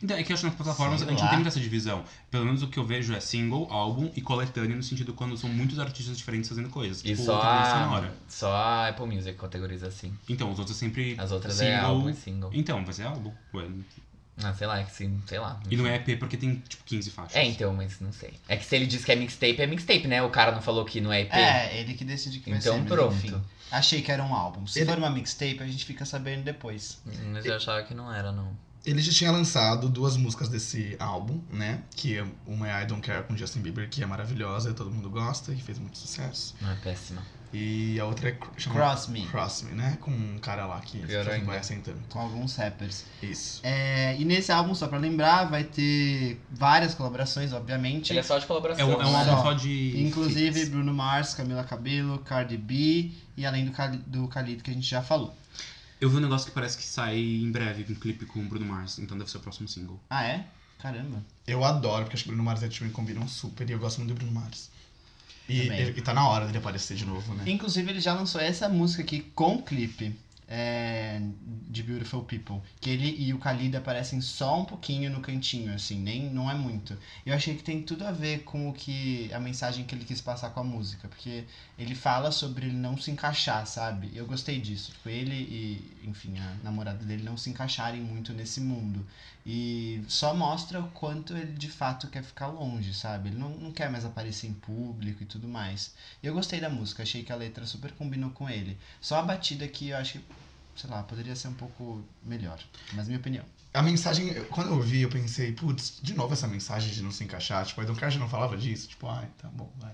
Speaker 3: Então, é que eu acho que nas plataformas
Speaker 2: Sei
Speaker 3: a gente
Speaker 2: lá.
Speaker 3: não tem muita essa divisão. Pelo menos o que eu vejo é single, álbum e coletânea, no sentido quando são muitos artistas diferentes fazendo coisas.
Speaker 4: E
Speaker 3: tipo,
Speaker 4: só
Speaker 3: outra trilha
Speaker 4: a,
Speaker 3: sonora.
Speaker 4: só a Apple Music categoriza assim.
Speaker 3: Então, os outros sempre.
Speaker 4: As outras é
Speaker 3: Single.
Speaker 4: álbum e single.
Speaker 3: Então, vai ser álbum. Ué,
Speaker 4: Ah, sei lá, é que sim, sei lá.
Speaker 3: E não é EP porque tem, tipo, 15 faixas.
Speaker 4: É, então, mas não sei. É que se ele diz que é mixtape, é mixtape, né? O cara não falou que não é EP.
Speaker 2: É, ele que decide que vai
Speaker 4: Então,
Speaker 2: ser, mas
Speaker 4: pronto.
Speaker 2: enfim. Achei que era um álbum. Se
Speaker 1: Ele-
Speaker 2: for uma mixtape, a gente fica sabendo depois.
Speaker 4: Mas eu achava que não era, não.
Speaker 1: Ele já tinha lançado duas músicas desse álbum, né? Que é- uma é I Don't Care com Justin Bieber, que é maravilhosa e todo mundo gosta e fez muito sucesso.
Speaker 4: Não é péssima.
Speaker 1: E a outra é cr- chama
Speaker 2: Cross Me,
Speaker 1: Cross Me, né? Com um cara lá que
Speaker 4: Pior
Speaker 1: não
Speaker 4: ainda.
Speaker 1: conhecem tanto.
Speaker 2: com alguns rappers.
Speaker 1: Isso.
Speaker 2: É, e nesse álbum, só pra lembrar, vai ter várias colaborações, obviamente.
Speaker 4: Ele é só de
Speaker 3: É
Speaker 4: colaboração.
Speaker 3: um, é um
Speaker 4: né?
Speaker 3: álbum
Speaker 2: Só.
Speaker 3: só de.
Speaker 2: Inclusive
Speaker 3: hits.
Speaker 2: Bruno Mars, Camila Cabello, Cardi B e além do, Cali- do Khalid que a gente já falou.
Speaker 3: Eu vi um negócio que parece que sai em breve um clipe com o Bruno Mars, então deve ser o próximo single.
Speaker 2: Ah, é? Caramba.
Speaker 1: Eu adoro, porque acho que Bruno Mars e a Timmy combinam super e eu gosto muito do Bruno Mars. E,
Speaker 2: Também.
Speaker 1: ele- e tá na hora dele aparecer de novo, né?
Speaker 2: Inclusive ele já lançou essa música aqui com clipe é, de Beautiful People. Que ele e o Khalid aparecem só um pouquinho no cantinho, assim, nem não é muito. Eu achei que tem tudo a ver com o que. a mensagem que ele quis passar com a música. Porque ele fala sobre ele não se encaixar, sabe? Eu gostei disso. Tipo, ele e, enfim, a namorada dele não se encaixarem muito nesse mundo. E só mostra o quanto ele de fato quer ficar longe, sabe? Ele não, não quer mais aparecer em público e tudo mais. E eu gostei da música, achei que a letra super combinou com ele. Só a batida que eu acho que, sei lá, poderia ser um pouco melhor. Mas minha opinião.
Speaker 1: A mensagem, eu- quando eu vi, eu pensei, putz, de novo essa mensagem de não se encaixar. Tipo, a Don't Care já não falava disso. Tipo, ai, tá bom, vai.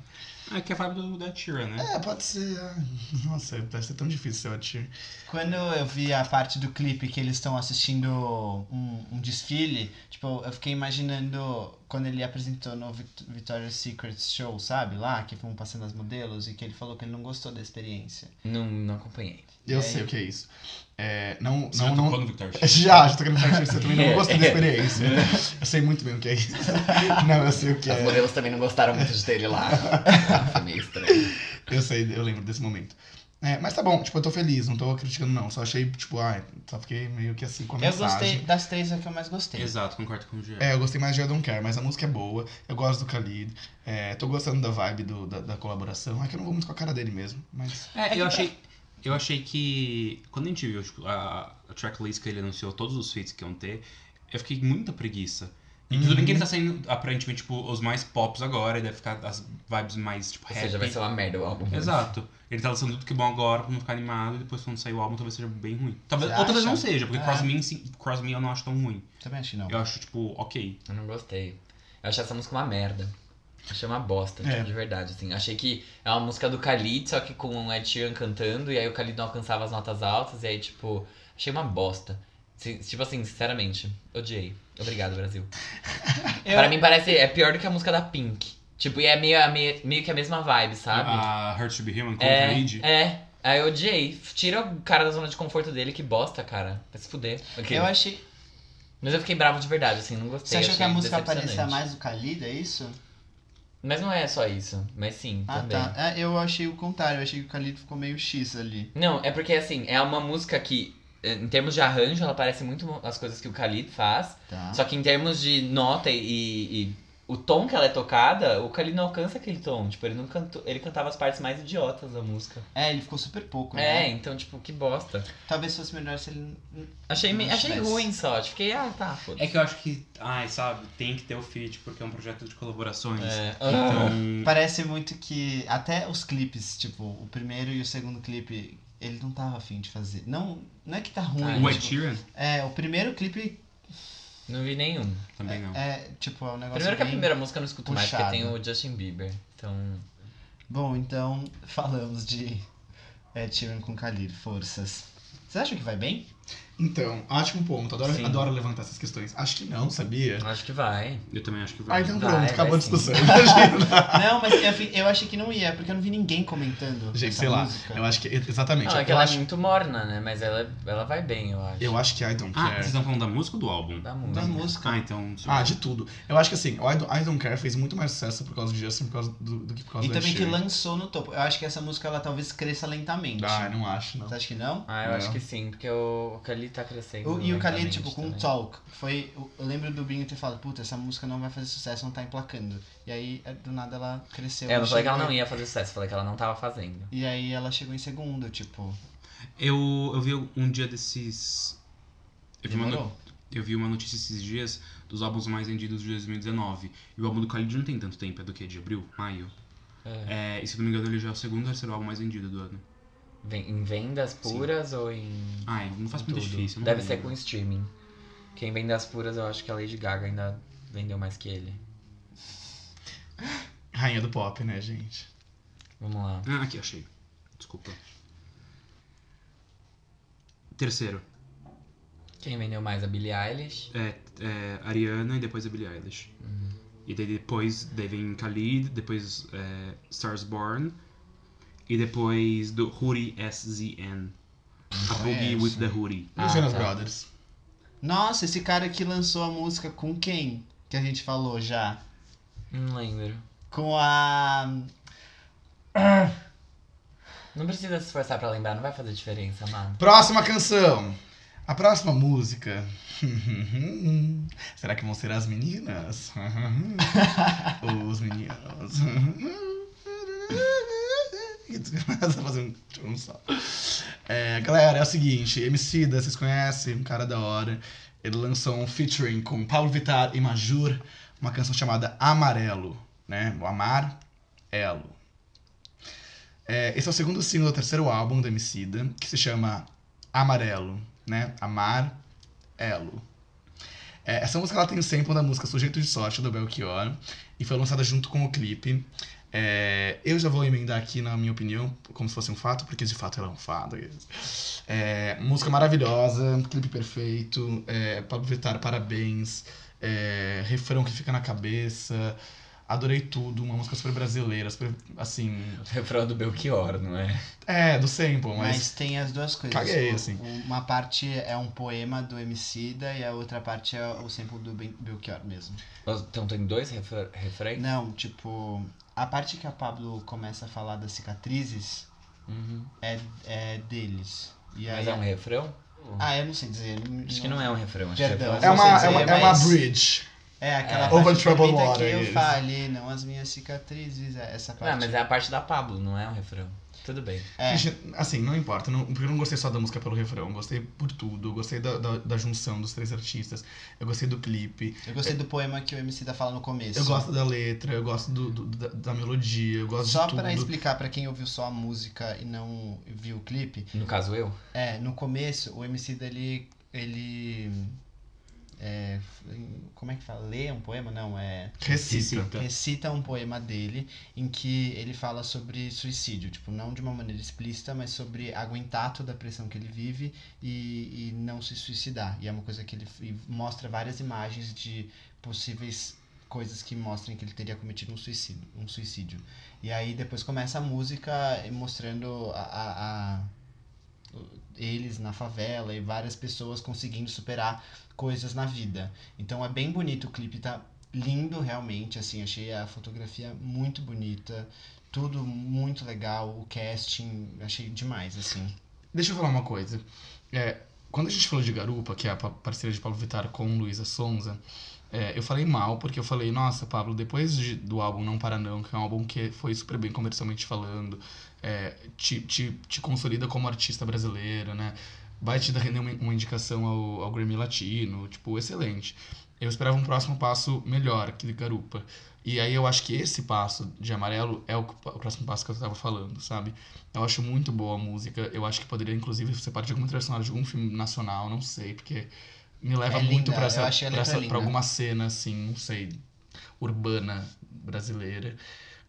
Speaker 3: Ah, que é a vibe do, da Tira, né?
Speaker 1: É, pode ser. ai, Nossa, deve ser tão difícil ser o Atir.
Speaker 2: Quando eu vi a parte do clipe que eles estão assistindo um, um desfile, tipo, eu fiquei imaginando quando ele apresentou no Vict- Victoria's Secret Show, sabe? Lá, que foram passando as modelos e que ele falou que ele não gostou da experiência.
Speaker 4: Não, não acompanhei.
Speaker 1: Eu
Speaker 2: É.
Speaker 1: sei o que é isso. É, não,
Speaker 3: Você
Speaker 1: não,
Speaker 3: já
Speaker 1: não-
Speaker 3: tocou no Victor
Speaker 1: Já, já tô querendo falar que você também não gostei da experiência. Eu sei muito bem o que é isso. Não, eu sei o que
Speaker 4: As
Speaker 1: é.
Speaker 4: modelos também não gostaram muito de ter ele lá. Foi meio estranho.
Speaker 1: Eu sei, eu lembro desse momento. É, mas tá bom, tipo, eu tô feliz, não tô criticando, não. Só achei, tipo, ai, só fiquei meio que assim com a
Speaker 2: Eu
Speaker 1: mensagem.
Speaker 2: gostei, das três é a que eu mais gostei.
Speaker 3: Exato, concordo com o Jean.
Speaker 1: É, eu gostei mais de I Don't Care, mas a música é boa. Eu gosto do Khalid. É, tô gostando da vibe do- da, da colaboração. É que eu não vou muito com a cara dele mesmo, mas.
Speaker 3: É, eu achei. Eu achei que. Quando a gente viu tipo, a, a tracklist que ele anunciou, todos os feats que iam ter, eu fiquei com muita preguiça. E tudo bem que ele tá saindo, aparentemente, tipo, os mais pops agora, e deve ficar as vibes mais, tipo,
Speaker 4: Ou
Speaker 3: happy.
Speaker 4: seja, vai ser uma merda o álbum.
Speaker 3: Exato. Ele tá lançando tudo que é bom agora pra não ficar animado, e depois quando sair o álbum talvez seja bem ruim. Talvez,
Speaker 2: Você
Speaker 3: ou talvez
Speaker 2: acha?
Speaker 3: não seja, porque
Speaker 2: É.
Speaker 3: Cross, Me, sim, Cross Me eu não acho tão ruim.
Speaker 2: Também acho que não.
Speaker 3: Eu acho, tipo, ok.
Speaker 4: Eu não gostei. Eu achei essa música uma merda. Achei uma bosta,
Speaker 1: É.
Speaker 4: tipo, de verdade, assim. Achei que é uma música do Khalid, só que com o Ed Sheeran cantando, e aí o Khalid não alcançava as notas altas, e aí, tipo, achei uma bosta. Si- Tipo assim, sinceramente, odiei. Obrigado, Brasil.
Speaker 2: Eu-
Speaker 4: Pra mim parece, é pior do que a música da Pink. Tipo, e é meio, é meio, meio que a mesma vibe, sabe?
Speaker 3: A Hurt to Be Human com o Khalid.
Speaker 4: é, é. Aí eu odiei. Tira o cara da zona de conforto dele, que bosta, cara. Vai se fuder.
Speaker 2: Eu achei.
Speaker 4: Mas eu fiquei bravo de verdade, assim, não gostei.
Speaker 2: Você achou que
Speaker 4: achei
Speaker 2: a música parecia
Speaker 4: decepcionante.
Speaker 2: mais do Khalid, é isso?
Speaker 4: Mas não é só isso, mas sim,
Speaker 2: Ah,
Speaker 4: também.
Speaker 2: tá. É, eu achei o contrário, eu achei que o Khalid ficou meio X ali.
Speaker 4: Não, é porque assim, é uma música que, eh, em termos de arranjo, ela parece muito as coisas que o Khalid faz.
Speaker 2: Tá.
Speaker 4: Só que em termos de nota e, e o tom que ela é tocada, o Khalid não alcança aquele tom. Tipo, ele não cantou. Ele cantava as partes mais idiotas da música.
Speaker 2: É, ele ficou super pouco, né?
Speaker 4: É, então, tipo, que bosta.
Speaker 2: Talvez fosse melhor se ele.
Speaker 4: Achei, me-
Speaker 2: Não
Speaker 4: achei
Speaker 2: tivesse.
Speaker 4: ruim só. Tipo, fiquei, ah, tá, foda
Speaker 3: É que eu acho que, ai, sabe, tem que ter o feat, porque é um projeto de colaborações.
Speaker 4: É.
Speaker 3: Então,
Speaker 2: Parece muito que. Até os clipes, tipo, o primeiro e o segundo clipe, ele não tava afim de fazer. Não, não é que tá ruim.
Speaker 4: Ah,
Speaker 3: o Ed
Speaker 2: tipo,
Speaker 3: Sheeran?
Speaker 2: é, o primeiro clipe
Speaker 4: Não vi nenhum.
Speaker 3: Também não.
Speaker 2: é, tipo, é um negócio.
Speaker 4: Primeiro que a
Speaker 2: bem-
Speaker 4: primeira música eu não escuto mais, porque
Speaker 2: puxado.
Speaker 4: tem o Justin Bieber. Então.
Speaker 2: Bom, então é, falamos de Ed Sheeran com Khalid, forças. Vocês acham que vai bem?
Speaker 1: Então, ótimo ponto. Adoro,
Speaker 4: Sim.
Speaker 1: adoro levantar essas questões. Acho que não, sabia?
Speaker 4: Acho que vai.
Speaker 3: Eu também acho que
Speaker 1: Ah,
Speaker 3: vai.
Speaker 1: então
Speaker 4: Vai, é,
Speaker 1: pronto,
Speaker 4: vai
Speaker 1: acabou a
Speaker 4: sim.
Speaker 1: discussão. Imagina.
Speaker 2: Não, mas eu, fi- eu achei que não ia, porque eu não vi ninguém comentando.
Speaker 1: Gente,
Speaker 2: essa
Speaker 1: sei lá.
Speaker 2: música.
Speaker 1: Eu acho que. Exatamente.
Speaker 4: Não, é que
Speaker 1: eu,
Speaker 4: ela é
Speaker 1: acho,
Speaker 4: muito morna, né? Mas ela, ela vai bem, eu acho.
Speaker 1: eu acho que I don't
Speaker 3: Ah, vocês
Speaker 1: care.
Speaker 3: estão falando da música ou do álbum?
Speaker 4: Da música.
Speaker 3: Ah, então.
Speaker 1: Ah, de tudo. Eu acho que assim, o I don't, I Don't Care fez muito mais sucesso por causa do Justin por causa do, do que por causa
Speaker 2: E
Speaker 1: do Ed
Speaker 2: também que
Speaker 1: Sheeran.
Speaker 2: lançou no topo. Eu acho que essa música ela talvez cresça lentamente.
Speaker 1: Ah, não acho, não.
Speaker 2: Você acha que não?
Speaker 4: Ah, eu acho
Speaker 1: Não.
Speaker 4: que sim, porque o, o Kali tá crescendo.
Speaker 2: O- e o Khalid,
Speaker 4: lentamente
Speaker 2: tipo, com
Speaker 4: também.
Speaker 2: Talk, foi. Eu eu lembro do Binho ter falado, puta, essa música não vai fazer sucesso, não tá emplacando. E aí, é, do nada, ela cresceu.
Speaker 4: É, eu não falei que ela
Speaker 2: chegou-
Speaker 4: não ia fazer sucesso, eu falei que ela não tava fazendo.
Speaker 2: E aí ela chegou em segundo, tipo.
Speaker 3: Eu, eu vi um dia desses. Eu vi, uma no-
Speaker 2: Demorou.
Speaker 3: eu vi uma notícia esses dias dos álbuns mais vendidos de 2019. E o álbum do Khalid não tem tanto tempo, é do que? De abril? Maio?
Speaker 4: É.
Speaker 3: É, e se eu não me engano, ele já é o segundo ou terceiro álbum mais vendido do ano.
Speaker 4: Vem- Em vendas puras ou em.
Speaker 3: Ai, não faz
Speaker 4: em
Speaker 3: muito
Speaker 4: tudo?
Speaker 3: difícil. Não é
Speaker 4: Deve
Speaker 3: lembro.
Speaker 4: ser com streaming. Quem vende as puras, eu acho que a Lady Gaga ainda vendeu mais que ele.
Speaker 1: Rainha do pop, né, gente?
Speaker 4: Vamos lá.
Speaker 3: Ah, aqui, achei. Desculpa. Terceiro.
Speaker 4: Quem vendeu mais? A Billie Eilish?
Speaker 3: É, é Ariana e depois a Billie Eilish. E daí depois daí vem Khalid, depois é, Stars Born. E depois do Huri SZN. A Boogie
Speaker 2: Conheço.
Speaker 3: with the Huri.
Speaker 1: E os
Speaker 4: Ah,
Speaker 1: Jonas
Speaker 4: tá.
Speaker 1: Brothers.
Speaker 2: Nossa, esse cara que lançou a música com quem? Que a gente falou já.
Speaker 4: Não lembro.
Speaker 2: Com a.
Speaker 4: Não precisa se esforçar pra lembrar, não vai fazer diferença, mano.
Speaker 1: Próxima canção. A próxima música. Será que vão ser as meninas? Ou os meninos? Começa a fazer um, um só. É, galera, é o seguinte: MC da, vocês conhecem? Um cara da hora. Ele lançou um featuring com Paulo Vittar e Majur, uma canção chamada Amarelo, né? O Amar Elo. É, esse é o segundo single do terceiro álbum do Emicida, que se chama Amarelo, né? Amar Elo. É, essa música ela tem o sample da música Sujeito de Sorte, do Belchior, e foi lançada junto com o clipe. É, eu já vou emendar aqui, na minha opinião, como se fosse um fato, porque de fato ela é um fato. É, música maravilhosa, clipe perfeito, é, Pablo Vittar, parabéns, é, refrão que fica na cabeça, adorei tudo, uma música super brasileira, super, assim,
Speaker 4: O refrão do Belchior, não é?
Speaker 1: é, do sample,
Speaker 2: Mas...
Speaker 1: mas.
Speaker 2: tem as duas coisas.
Speaker 1: Caguei,
Speaker 2: O-
Speaker 1: assim.
Speaker 2: Uma parte é um poema do Emicida e a outra parte é o sample do Ben- Belchior mesmo.
Speaker 4: Então tem dois refr- refrões?
Speaker 2: Não, tipo, a parte que a Pablo começa a falar das cicatrizes
Speaker 4: Uhum.
Speaker 2: é deles. E aí,
Speaker 4: Mas é um refrão?
Speaker 2: Ah, eu não sei dizer.
Speaker 4: Acho que não é um refrão. Acho
Speaker 2: Perdão,
Speaker 4: que
Speaker 1: É uma,
Speaker 2: vocês
Speaker 1: é uma,
Speaker 2: aí,
Speaker 1: é uma
Speaker 2: mas-
Speaker 1: bridge.
Speaker 2: É aquela
Speaker 4: É.
Speaker 2: parte
Speaker 1: Over
Speaker 2: que
Speaker 1: troubled
Speaker 2: permita
Speaker 1: water,
Speaker 2: que eu
Speaker 1: isso.
Speaker 2: fale, não as minhas cicatrizes, é essa parte.
Speaker 4: Não, mas é a parte da Pablo, não é um refrão. Tudo bem.
Speaker 2: É.
Speaker 1: Gente, Assim, não importa. Não, porque eu não gostei só da música pelo refrão. eu Gostei por tudo. Eu gostei da, da, da junção dos três artistas. Eu gostei do clipe.
Speaker 4: é-
Speaker 2: Eu gostei do poema que o MC da fala no começo.
Speaker 1: Eu gosto da letra. Eu gosto do, do- da, da melodia. Eu gosto
Speaker 2: Só
Speaker 1: de tudo.
Speaker 2: pra explicar pra quem ouviu só a música e não viu o clipe,
Speaker 4: No caso eu?
Speaker 2: é, no começo o MC dele ele é, como é que fala? Lê um poema? Não, é
Speaker 1: Recita.
Speaker 3: Recita.
Speaker 2: recita um poema dele em que ele fala sobre suicídio, tipo, não de uma maneira explícita, mas sobre aguentar toda a pressão que ele vive e, e não se suicidar. E é uma coisa que ele e mostra várias imagens de possíveis coisas que mostrem que ele teria cometido um suicídio. Um suicídio. E aí depois começa a música e mostrando a- a- a eles na favela e várias pessoas conseguindo superar coisas na vida. Então é bem bonito o clipe, tá lindo realmente, assim, achei a fotografia muito bonita, tudo muito legal, o casting, achei demais, assim.
Speaker 1: Deixa eu falar uma coisa. É, quando a gente falou de Garupa, que é a pa- parceria de Pablo Vittar com Luísa Sonza, é, eu falei mal, porque eu falei, nossa, Pablo, depois de- do álbum Não Para Não, que é um álbum que foi super bem comercialmente falando, é, te, te, te consolida como artista brasileira, né? Vai te dar- render uma, uma indicação ao, ao Grammy Latino, tipo, excelente. Eu esperava um próximo passo melhor que de Garupa. E aí eu acho que esse passo de amarelo é o, que- o próximo passo que eu tava falando, sabe? Eu acho muito boa a música. Eu acho que poderia, inclusive, ser parte de alguma trilha sonora de algum filme nacional, não sei, porque me leva
Speaker 2: É
Speaker 1: muito
Speaker 2: linda,
Speaker 1: pra, essa,
Speaker 2: eu achei a
Speaker 1: pra,
Speaker 2: letra
Speaker 1: essa- pra
Speaker 2: linda.
Speaker 1: alguma cena, assim, não sei, urbana brasileira.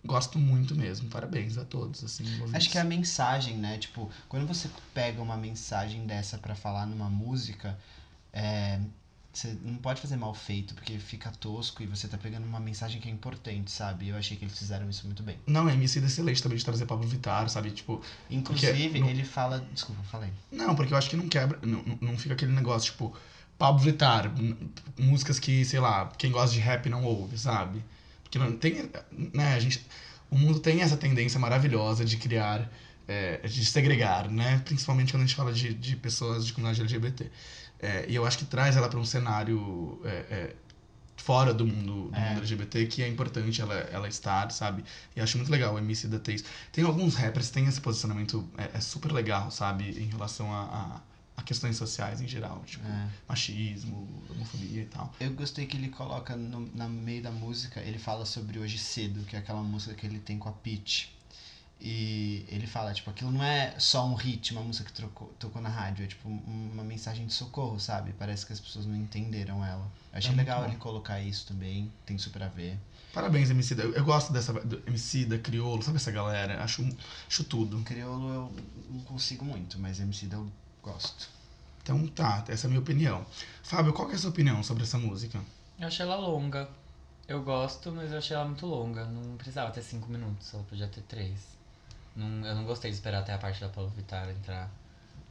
Speaker 1: Gosto muito mesmo. Parabéns a todos, assim, ouvintes.
Speaker 2: Acho que é a mensagem, né? Tipo, quando você pega uma mensagem dessa pra falar numa música, é, você não pode fazer mal feito, porque fica tosco e você tá pegando uma mensagem que é importante, sabe? Eu achei que eles fizeram isso muito bem.
Speaker 1: Não, é MC excelente também de trazer Pablo Vittar, sabe? Tipo,
Speaker 2: Inclusive,
Speaker 1: não-
Speaker 2: ele fala. Desculpa, falei.
Speaker 1: não, porque eu acho que não quebra, não, não- não fica aquele negócio, tipo, Pablo Vittar, m- músicas que, sei lá, quem gosta de rap não ouve, sabe? Porque não tem, né, a gente, o mundo tem essa tendência maravilhosa de criar, é, de segregar, né? Principalmente quando a gente fala de, de pessoas de comunidade LGBT. É, e eu acho que traz ela para um cenário é, é, fora do mundo, do
Speaker 2: É.
Speaker 1: mundo LGBT, que é importante ela, ela estar, sabe? E eu acho muito legal o MC da Taste. Tem alguns rappers que têm esse posicionamento é, é super legal, sabe? Em relação a, a- a questões sociais em geral, tipo,
Speaker 2: É.
Speaker 1: machismo, homofobia e tal.
Speaker 2: Eu gostei que ele coloca no, na meio da música, ele fala sobre Hoje Cedo, que é aquela música que ele tem com a Peach. E ele fala, tipo, aquilo não é só um hit, uma música que trocou- tocou na rádio, é tipo um- uma mensagem de socorro, sabe? Parece que as pessoas não entenderam ela. Eu achei
Speaker 1: É muito
Speaker 2: legal
Speaker 1: bom.
Speaker 2: ele colocar isso também, tem super a ver.
Speaker 1: Parabéns, MC da. Eu, eu gosto dessa do MC da Criolo, sabe essa galera? Acho, acho tudo.
Speaker 2: Criolo eu não consigo muito, mas MC eu gosto.
Speaker 1: Então tá, essa é a minha opinião. Fábio, qual que é a sua opinião sobre essa música?
Speaker 4: Eu achei ela longa. Eu gosto, mas eu achei ela muito longa. Não precisava ter cinco minutos, ela podia ter três. Não- eu não gostei de esperar até a parte da Paulo Vittar entrar.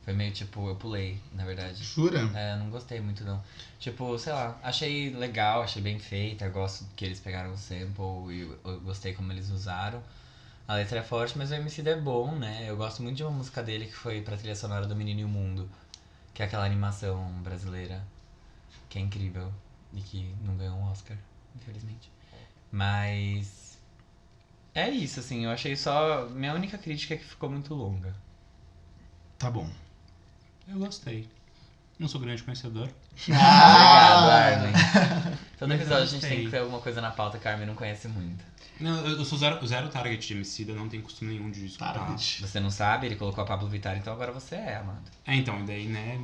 Speaker 4: Foi meio tipo, eu pulei, na verdade.
Speaker 1: Jura?
Speaker 4: É, não gostei muito não. Tipo, sei lá, achei legal, achei bem feita, gosto que eles pegaram o sample e eu- eu gostei como eles usaram. A letra é forte, mas o MC é bom, né? Eu gosto muito de uma música dele que foi pra trilha sonora do Menino e o Mundo, que é aquela animação brasileira, que é incrível e que não ganhou um Oscar, infelizmente. Mas é isso, assim, eu achei só. Minha única crítica é que ficou muito longa.
Speaker 1: Tá bom.
Speaker 3: Eu gostei. Não sou grande conhecedor.
Speaker 4: Ah!
Speaker 2: Ah.
Speaker 4: Obrigado, Armin. Todo
Speaker 3: Mas
Speaker 4: episódio a
Speaker 3: eu
Speaker 4: gente
Speaker 3: gostei.
Speaker 4: tem que ter alguma coisa na pauta que a Armin não conhece muito.
Speaker 3: Não, eu eu sou zero, zero target de MC, eu não tenho costume nenhum de
Speaker 1: Tá,
Speaker 3: escutar.
Speaker 1: Target.
Speaker 4: Você não sabe, ele colocou a Pablo Vittar, então agora você é, amado.
Speaker 3: É, então, e daí, né?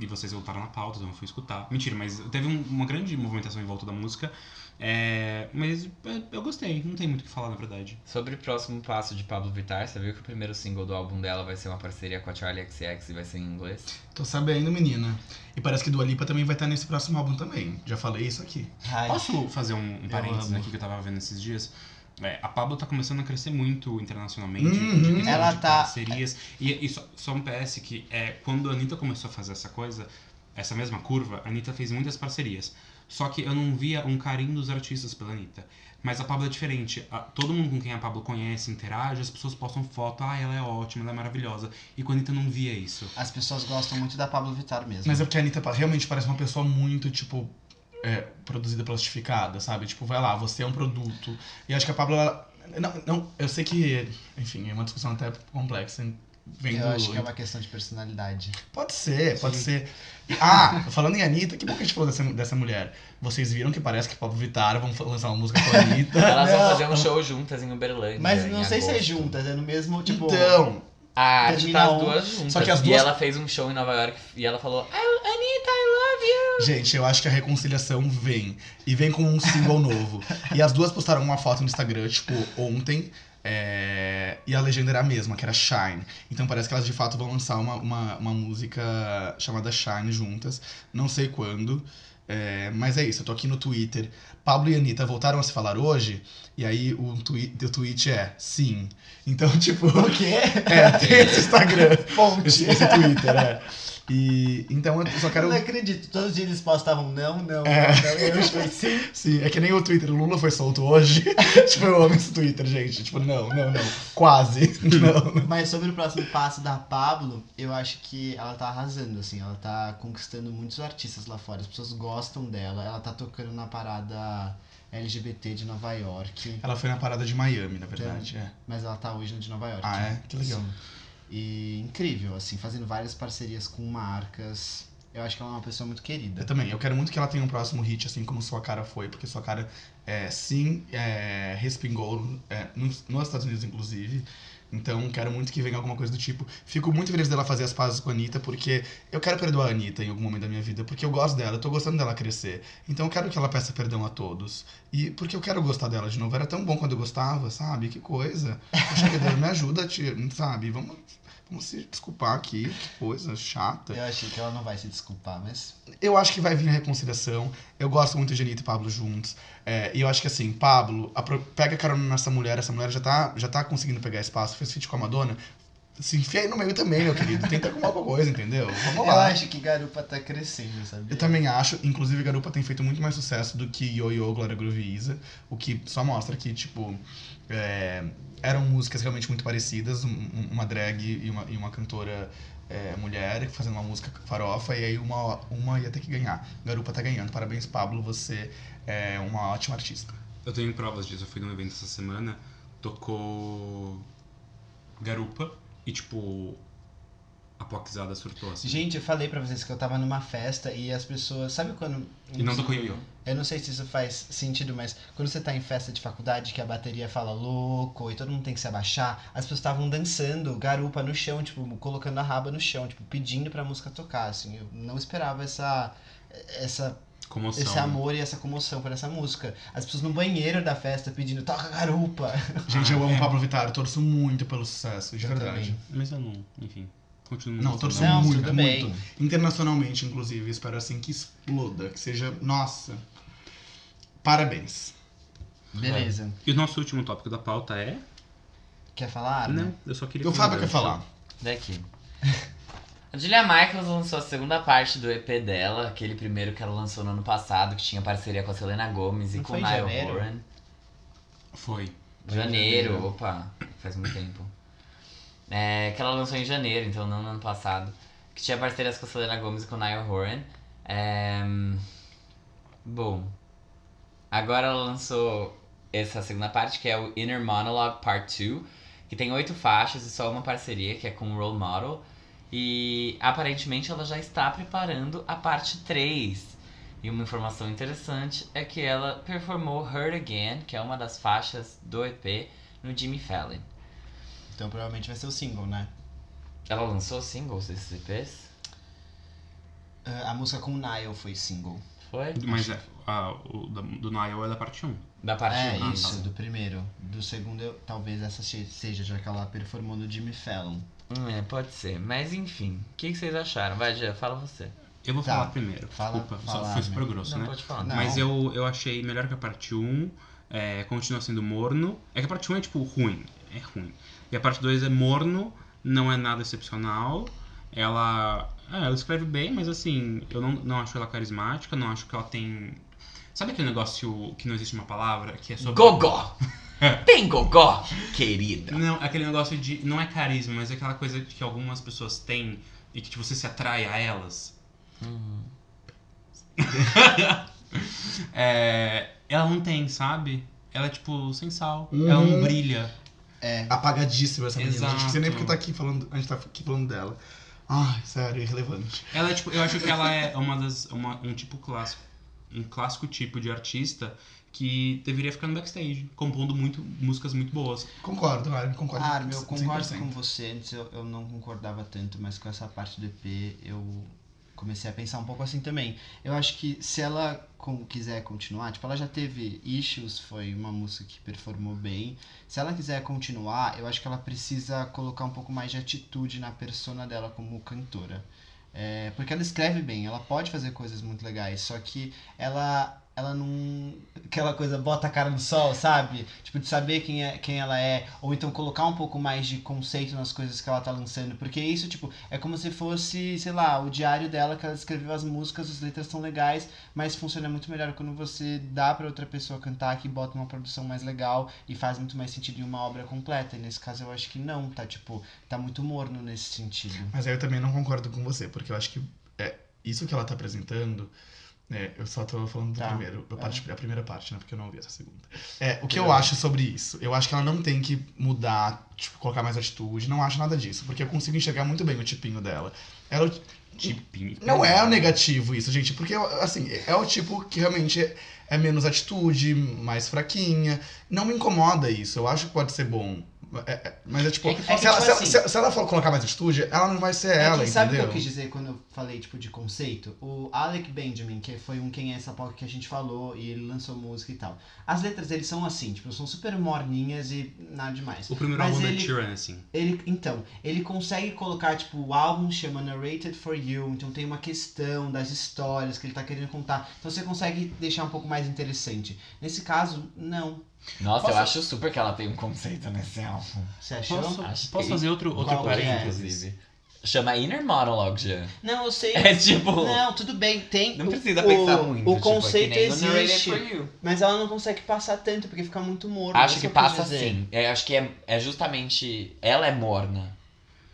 Speaker 3: E vocês voltaram na pauta, então eu fui escutar. Mentira, mas teve um- uma grande movimentação em volta da música. É, mas eu, eu gostei, não tem muito o que falar, na verdade.
Speaker 4: Sobre o próximo passo de Pablo Vittar, você viu que o primeiro single do álbum dela vai ser uma parceria com a Charlie XX e vai ser em inglês?
Speaker 1: Tô sabendo, menina. E parece que Dua Lipa também vai estar nesse próximo álbum também. Já falei isso aqui.
Speaker 2: Ai,
Speaker 3: Posso fazer um, um
Speaker 1: Eu
Speaker 3: parênteses
Speaker 1: amo.
Speaker 3: aqui que eu tava vendo esses dias? É, a Pablo tá começando a crescer muito internacionalmente.
Speaker 1: Uhum.
Speaker 3: de questão
Speaker 2: Ela
Speaker 3: de
Speaker 2: tá-
Speaker 3: Parcerias. E, e só, só um PS que é, quando a Anitta começou a fazer essa coisa, essa mesma curva, a Anitta fez muitas parcerias. Só que eu não via um carinho dos artistas pela Anitta. Mas a Pablo é diferente. A- todo mundo com quem a Pablo conhece, interage, as pessoas postam foto. Ah, ela é ótima, ela é maravilhosa. E com a Anitta eu não via isso.
Speaker 2: As pessoas gostam muito da Pablo Vittar mesmo.
Speaker 1: Mas é porque a Anitta pa- realmente parece uma pessoa muito, tipo, é, produzida plastificada, sabe? Tipo, vai lá, você é um produto. E acho que a Pablo, ela... Não, não, eu sei que, enfim, é uma discussão até complexa. Vem
Speaker 2: Eu
Speaker 1: do-
Speaker 2: acho que é uma questão de personalidade.
Speaker 1: Pode ser, pode ser. Ah, falando em Anitta, que bom que a gente falou dessa, dessa mulher. Vocês viram que parece que Pablo Vittar vão fa- lançar uma música com a Anitta?
Speaker 4: Elas vão
Speaker 2: Não.
Speaker 4: fazer um show juntas em Uberlândia.
Speaker 2: Mas
Speaker 4: em
Speaker 2: não sei se é
Speaker 4: agosto.
Speaker 2: juntas, é no mesmo, tipo...
Speaker 1: Então,
Speaker 4: Ah, a gente
Speaker 2: Termina
Speaker 4: tá
Speaker 2: um,
Speaker 4: as duas juntas.
Speaker 1: só que as
Speaker 4: E
Speaker 1: duas-
Speaker 4: ela fez um show em Nova York e ela falou. "Ah,
Speaker 1: Gente, eu acho que a reconciliação vem. E vem com um single novo. E as duas postaram uma foto no Instagram, tipo, ontem. é, E a legenda era a mesma, que era Shine. Então parece que elas de fato vão lançar uma, uma, uma música chamada Shine juntas. Não sei quando. é, Mas é isso, eu tô aqui no Twitter. Pablo e Anitta voltaram a se falar hoje. E aí o, twi o tweet é sim. Então, tipo.
Speaker 2: O quê?
Speaker 1: É, tem esse Instagram. Esse,
Speaker 2: Fonte.
Speaker 1: esse Twitter, é. E então eu só
Speaker 2: Eu
Speaker 1: quero.
Speaker 2: não acredito. Todos os dias eles postavam não, não,
Speaker 1: É.
Speaker 2: não, não. Eu tipo, sim.
Speaker 1: Sim, é que nem o Twitter. O Lula foi solto hoje. tipo, eu amo esse Twitter, gente. Tipo, não, não, não. Quase. não.
Speaker 2: Mas sobre o próximo passo da Pablo, eu acho que ela tá arrasando, assim. Ela tá conquistando muitos artistas lá fora. As pessoas gostam dela. Ela tá tocando na parada LGBT de Nova York.
Speaker 1: Ela foi na parada de Miami, na verdade. É.
Speaker 2: Mas ela tá hoje no de Nova York.
Speaker 1: Ah, é? Que legal.
Speaker 2: Sim. E incrível, assim. Fazendo várias parcerias com marcas. Eu acho que ela é uma pessoa muito
Speaker 1: Eu
Speaker 2: querida.
Speaker 1: também. Eu quero muito que ela tenha um próximo hit, assim como Sua Cara foi, porque Sua Cara, é, sim, é, respingou é, nos, nos Estados Unidos, inclusive. Então, quero muito que venha alguma coisa do tipo. Fico muito feliz dela fazer as pazes com a Anitta, porque eu quero perdoar a Anitta em algum momento da minha vida, porque eu gosto dela, eu tô gostando dela crescer. Então, eu quero que ela peça perdão a todos. E porque eu quero gostar dela de novo. Era tão bom quando eu gostava, sabe? Que coisa. Poxa, vida, me ajuda, tia, sabe? Vamos, vamos se desculpar aqui, que coisa chata.
Speaker 2: Eu achei que ela não vai se desculpar, mas.
Speaker 1: Eu acho que vai vir a reconciliação. Eu gosto muito de Anitta e Pablo juntos. É, e eu acho que assim, Pablo, apro- pega carona nessa mulher, essa mulher já tá, já tá conseguindo pegar espaço, fez feat com a Madonna. Se enfia aí no meio também, meu querido. Tenta arrumar alguma coisa, entendeu? Vamos
Speaker 2: Eu
Speaker 1: lá.
Speaker 2: acho que Garupa tá crescendo, sabia?
Speaker 1: Eu também acho, inclusive Garupa tem feito muito mais sucesso do que Yo-Yo, Glória Groove e Isa, o que só mostra que, tipo, é, eram músicas realmente muito parecidas, um- um- uma drag e uma, e uma cantora é, mulher fazendo uma música farofa, e aí uma, uma ia ter que ganhar. Garupa tá ganhando, parabéns Pablo, você é uma ótima artista.
Speaker 3: Eu tenho provas disso, eu fui num evento essa semana, tocou garupa e tipo a poquizada surtou assim.
Speaker 2: Gente, eu falei pra vocês que eu tava numa festa e as pessoas. Sabe quando.
Speaker 3: E não tocou ioiô.
Speaker 2: Eu não sei se isso faz sentido, mas quando você tá em festa de faculdade que a bateria fala louco e todo mundo tem que se abaixar, as pessoas estavam dançando garupa no chão, tipo, colocando a raba no chão, tipo, pedindo pra música tocar, assim. Eu não esperava essa. Essa,
Speaker 3: Comoção.
Speaker 2: esse amor e essa comoção por essa música. As pessoas no banheiro da festa pedindo, toca garupa!
Speaker 1: Gente,
Speaker 3: Ah,
Speaker 1: eu amo
Speaker 3: é.
Speaker 1: Pablo Vittar, eu torço muito pelo sucesso, de
Speaker 2: Eu
Speaker 1: verdade.
Speaker 2: também.
Speaker 3: Mas eu não, enfim. Continua
Speaker 1: Não,
Speaker 3: gostando.
Speaker 1: torço
Speaker 2: Não,
Speaker 1: muito,
Speaker 2: tudo
Speaker 1: muito.
Speaker 2: bem.
Speaker 1: Internacionalmente, inclusive, espero assim que exploda, que seja, nossa, parabéns.
Speaker 2: Beleza.
Speaker 3: E o nosso último tópico da pauta é?
Speaker 2: Quer falar? Armin?
Speaker 3: Não, eu só queria.
Speaker 2: Então
Speaker 1: O Fábio quer falar.
Speaker 4: Daqui. A Julia Michaels lançou a segunda parte do EP dela, aquele primeiro que ela lançou no ano passado, que tinha parceria com a Selena Gomez e
Speaker 2: Não
Speaker 4: com
Speaker 2: foi em
Speaker 4: Niall
Speaker 2: janeiro?
Speaker 4: Horan.
Speaker 3: Foi.
Speaker 2: Foi em
Speaker 4: Janeiro,
Speaker 2: janeiro.
Speaker 4: opa, faz muito tempo. É, que ela lançou em janeiro, então não no ano passado. Que tinha parcerias com a Selena Gomez e com o Niall Horan. É, hum, Bom, agora ela lançou essa segunda parte, que é o Inner Monologue Part 2. Que tem oito faixas e só uma parceria, que é com o Role Model. E aparentemente ela já está preparando a parte 3. E uma informação interessante é que ela performou Hurt Again, que é uma das faixas do EP, no Jimmy Fallon.
Speaker 2: Então provavelmente vai ser o single, né?
Speaker 4: Ela lançou singles desses EPs?
Speaker 2: Ah, a música com o Nile foi single.
Speaker 4: Foi?
Speaker 3: Mas é, a- o da- do Nile é da parte 1.
Speaker 4: Da parte
Speaker 2: é,
Speaker 4: um.
Speaker 2: isso, do primeiro. Do segundo, eu- talvez essa se- seja, já que ela performou no Jimmy Fallon.
Speaker 4: Hum, é, pode ser. Mas enfim, o que, que vocês acharam? Vai, Jean, fala você.
Speaker 3: Eu vou
Speaker 2: Tá.
Speaker 3: falar primeiro.
Speaker 2: Fala-
Speaker 3: Desculpa,
Speaker 2: fala,
Speaker 3: só fui super
Speaker 2: amigo.
Speaker 3: grosso,
Speaker 4: Não,
Speaker 3: né?
Speaker 4: pode falar.
Speaker 2: Não.
Speaker 3: Mas eu, eu achei melhor que a parte 1. é, continua sendo morno. É que a parte 1 é tipo ruim. É ruim. E a parte 2 é morno, não é nada excepcional. Ela. ah, ela escreve bem, mas assim, eu não, não acho ela carismática, não acho que ela tem. Sabe aquele negócio que não existe uma palavra? Que é sobre.
Speaker 4: Gogó! Tem gogó, querida!
Speaker 3: Não, aquele negócio de. Não é carisma, mas é aquela coisa que algumas pessoas têm e que tipo, você se atrai a elas. É, ela não tem, sabe? Ela é tipo sem sal.
Speaker 1: Uhum.
Speaker 3: Ela não brilha.
Speaker 2: É.
Speaker 1: Apagadíssima essa menina. Gente, não sei nem
Speaker 3: Exato.
Speaker 1: porque tá aqui falando, a gente tá aqui falando dela. Ai, sério, irrelevante.
Speaker 3: Ela é, tipo, eu acho que ela é uma das. uma- um tipo clássico. Um clássico tipo de artista que deveria ficar no backstage, compondo muito, músicas muito boas.
Speaker 1: Concordo, Armin, concordo.
Speaker 2: Ah, eu concordo
Speaker 1: 100%.
Speaker 2: com você. Antes eu, eu não concordava tanto, mas com essa parte do EP eu comecei a pensar um pouco assim também. Eu acho que se ela com- quiser continuar, tipo, ela já teve Issues, foi uma música que performou bem. Se ela quiser continuar, eu acho que ela precisa colocar um pouco mais de atitude na persona dela como cantora. É, porque ela escreve bem, ela pode fazer coisas muito legais, só que ela ela não. Aquela coisa, bota a cara no sol, sabe? Tipo, de saber quem, é, quem ela é. Ou então colocar um pouco mais de conceito nas coisas que ela tá lançando. Porque isso, tipo, é como se fosse, sei lá, o diário dela que ela escreveu as músicas, as letras são legais, mas funciona muito melhor quando você dá pra outra pessoa cantar que bota uma produção mais legal e faz muito mais sentido em uma obra completa. E nesse caso eu acho que não, tá? Tipo, tá muito morno nesse sentido.
Speaker 1: Mas aí eu também não concordo com você, porque eu acho que é, isso que ela tá apresentando. é, eu só tô falando do
Speaker 2: Tá.
Speaker 1: primeiro, da parte- a primeira parte, né? Porque eu não ouvi essa segunda. É, o que eu
Speaker 2: Beleza.
Speaker 1: acho sobre isso? Eu acho que ela não tem que mudar, tipo, colocar mais atitude. Não acho nada disso, porque eu consigo enxergar muito bem o tipinho dela. Ela é o
Speaker 3: Tipinho.
Speaker 1: Não é o negativo isso, gente, porque assim, é o tipo que realmente é menos atitude, mais fraquinha. Não me incomoda isso, eu acho que pode ser bom. É, é, mas é tipo,
Speaker 2: É que- é que,
Speaker 1: se, ela,
Speaker 2: tipo
Speaker 1: se ela-
Speaker 2: assim-
Speaker 1: se ela- se ela for colocar mais estúdio, ela não vai ser
Speaker 2: É
Speaker 1: ela,
Speaker 2: que sabe o que
Speaker 1: entendeu?
Speaker 2: eu quis dizer quando eu falei, tipo, de conceito? O Alec Benjamin, que foi um Quem é essa POC que a gente falou, e ele lançou música e tal. As letras dele são assim, tipo, são super morninhas e nada demais.
Speaker 3: O primeiro
Speaker 2: Mas
Speaker 3: álbum
Speaker 2: ele-
Speaker 3: da Tyranny, assim.
Speaker 2: Ele, então, ele consegue colocar, tipo, o álbum chama Narrated for You, então tem uma questão das histórias que ele tá querendo contar. Então você consegue deixar um pouco mais interessante. Nesse caso, não.
Speaker 4: Nossa, eu
Speaker 3: Posso-
Speaker 4: acho super que ela tem um conceito nesse álbum.
Speaker 2: Você achou?
Speaker 3: Posso,
Speaker 4: Acho
Speaker 3: posso
Speaker 4: que-
Speaker 3: fazer outro, outro
Speaker 2: Qual que é,
Speaker 3: parênteses?
Speaker 4: Chama Inner Monologue, Jean.
Speaker 2: Não, eu sei.
Speaker 4: É tipo...
Speaker 2: Não, tudo bem, tem.
Speaker 4: Não
Speaker 2: o-
Speaker 4: precisa
Speaker 2: o-
Speaker 4: pensar muito.
Speaker 2: O
Speaker 4: tipo,
Speaker 2: conceito
Speaker 4: é que nem no Narrated
Speaker 2: existe.
Speaker 4: For You.
Speaker 2: Mas ela não consegue passar tanto, porque fica muito morno.
Speaker 4: Acho
Speaker 2: isso
Speaker 4: que
Speaker 2: eu quis
Speaker 4: passa
Speaker 2: dizer.
Speaker 4: sim. É, acho que é, é justamente. Ela é morna.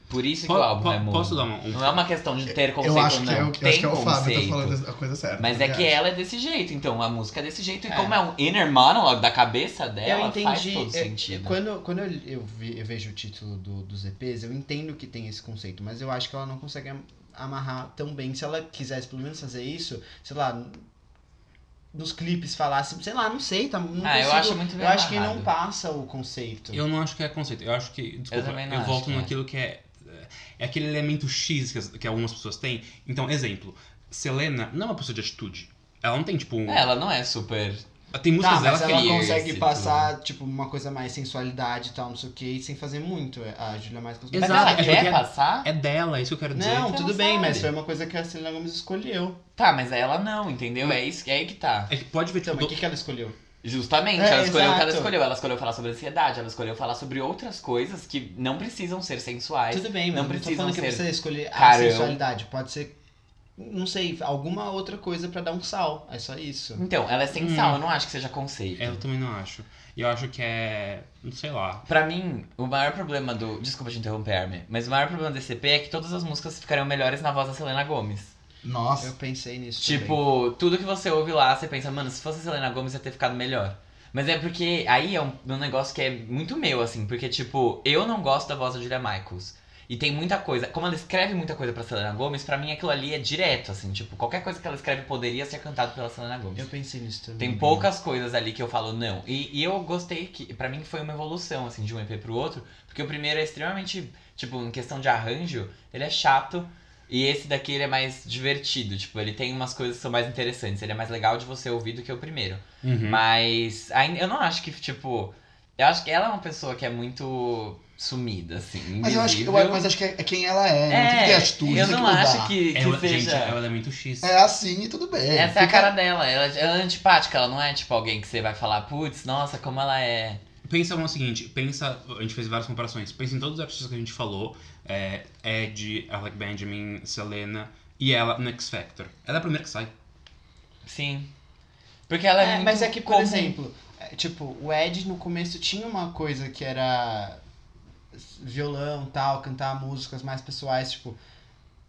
Speaker 4: Por isso que
Speaker 3: Po-
Speaker 4: o álbum
Speaker 3: po-
Speaker 4: é morno.
Speaker 3: posso dar uma- um-
Speaker 4: Não é uma questão de ter conceito
Speaker 1: Eu acho
Speaker 4: ou
Speaker 1: que é,
Speaker 4: não.
Speaker 1: o- eu
Speaker 4: Tem
Speaker 1: acho que é o Fábio
Speaker 4: conceito.
Speaker 1: tá falando a coisa certa. tá
Speaker 4: Mas é que
Speaker 1: ela.
Speaker 4: ela é desse jeito, então a música é desse jeito. E
Speaker 2: É.
Speaker 4: como é um inner monologue da cabeça dela,
Speaker 2: eu entendi.
Speaker 4: faz todo
Speaker 2: é,
Speaker 4: sentido.
Speaker 2: Quando, quando eu, eu vi- eu vejo o título do, dos EPs, eu entendo que tem esse conceito, mas eu acho que ela não consegue am- amarrar tão bem. Se ela quisesse pelo menos fazer isso, sei lá, nos clipes falasse, sei lá, não sei, tá, não
Speaker 4: Ah, eu
Speaker 2: consigo-
Speaker 4: acho muito bem
Speaker 2: Eu acho que
Speaker 4: amarrado.
Speaker 2: não passa o conceito.
Speaker 3: Eu não acho que é conceito. Eu acho que. Desculpa, eu,
Speaker 4: também não acho
Speaker 3: volto
Speaker 4: que é.
Speaker 3: naquilo que é. É aquele elemento X que, as- que algumas pessoas têm. Então, exemplo, Selena não é uma pessoa de atitude. Ela não tem, tipo. Um,
Speaker 4: Ela não é super.
Speaker 3: Tem
Speaker 2: Tá,
Speaker 3: músicas
Speaker 2: mas
Speaker 3: dela é
Speaker 2: ela
Speaker 4: cria
Speaker 2: consegue
Speaker 4: esse
Speaker 2: passar, tipo, uma coisa mais sensualidade e tal, não sei o que, sem fazer muito. A Julia mais costumada.
Speaker 4: Mas
Speaker 3: Exato,
Speaker 4: ela
Speaker 3: é
Speaker 4: quer
Speaker 3: porque-
Speaker 4: passar?
Speaker 3: que é dela, é isso que eu quero dizer.
Speaker 2: Não,
Speaker 4: que
Speaker 2: tudo
Speaker 4: ela
Speaker 2: bem,
Speaker 4: sabe.
Speaker 2: mas foi uma coisa que a Selena Gomez escolheu.
Speaker 4: Tá, mas ela não, entendeu? É isso que é aí que tá.
Speaker 3: É que pode ver, tipo,
Speaker 2: Então, mas o
Speaker 3: do-
Speaker 2: que, que ela escolheu?
Speaker 4: Justamente,
Speaker 2: É,
Speaker 4: ela escolheu o que ela
Speaker 2: exato.
Speaker 4: escolheu. Ela escolheu falar sobre ansiedade, ela escolheu falar sobre outras coisas que não precisam ser sensuais.
Speaker 2: Tudo bem, mas não,
Speaker 4: não
Speaker 2: não tô
Speaker 4: precisam
Speaker 2: falando que
Speaker 4: ser
Speaker 2: precisa escolher
Speaker 4: carão.
Speaker 2: a sensualidade. Pode ser, não sei, alguma outra coisa pra dar um sal. É só isso.
Speaker 4: Então, ela é sem
Speaker 3: Hum.
Speaker 4: sal, eu não acho que seja conceito.
Speaker 3: É, Eu também não acho. E eu acho que é. Não sei lá.
Speaker 4: Pra mim, o maior problema do. Desculpa te interromper, Armin, mas o maior problema desse EP é que todas as músicas ficarão melhores na voz da Selena Gomes.
Speaker 2: Eu
Speaker 1: Nossa.
Speaker 2: pensei nisso. também.
Speaker 4: tipo, tudo que você ouve lá, você pensa, mano, se fosse a Selena Gomes ia ter ficado melhor. Mas é porque aí é um, um negócio que é muito meu, assim, porque, tipo, eu não gosto da voz da Julia Michaels. E tem muita coisa. Como ela escreve muita coisa pra Selena Gomes, pra mim aquilo ali é direto, assim, tipo, qualquer coisa que ela escreve poderia ser cantado pela Selena Gomes.
Speaker 2: eu pensei nisso também.
Speaker 4: Tem
Speaker 1: Uhum.
Speaker 4: poucas coisas ali que eu falo não. E, e eu gostei que, pra mim, foi uma evolução, assim, de um EP pro outro. Porque o primeiro é extremamente, tipo, em questão de arranjo, ele é chato. E esse daqui, ele é mais divertido. Tipo, ele tem umas coisas que são mais interessantes. Ele é mais legal de você ouvir do que o primeiro.
Speaker 1: Uhum.
Speaker 4: Mas ainda, eu não acho que, tipo... Eu acho que ela é uma pessoa que é muito sumida, assim,
Speaker 1: Mas eu acho que, eu-
Speaker 4: invisível.
Speaker 1: mas acho que é é quem ela é, não tem que ter
Speaker 4: é,
Speaker 1: atitude.
Speaker 4: eu
Speaker 1: tem
Speaker 4: não
Speaker 1: que mudar.
Speaker 4: acho que, que
Speaker 3: Ela,
Speaker 4: seja...
Speaker 3: Gente, é o elemento X.
Speaker 1: É assim e tudo bem.
Speaker 4: Essa é a
Speaker 1: Fica-
Speaker 4: cara dela, ela, ela é antipática, ela não é tipo alguém que você vai falar, putz, nossa, como ela é.
Speaker 3: Pensa no seguinte, pensa. A gente fez várias comparações. Pensa em todos os artistas que a gente falou: é, Ed, Alec Benjamin, Selena e ela no X Factor. Ela é a primeira que sai.
Speaker 4: Sim. Porque ela é,
Speaker 2: É,
Speaker 4: muito
Speaker 2: mas é que, por
Speaker 4: comum.
Speaker 2: exemplo, é, tipo, o Ed no começo tinha uma coisa que era violão tal, cantar músicas mais pessoais, tipo,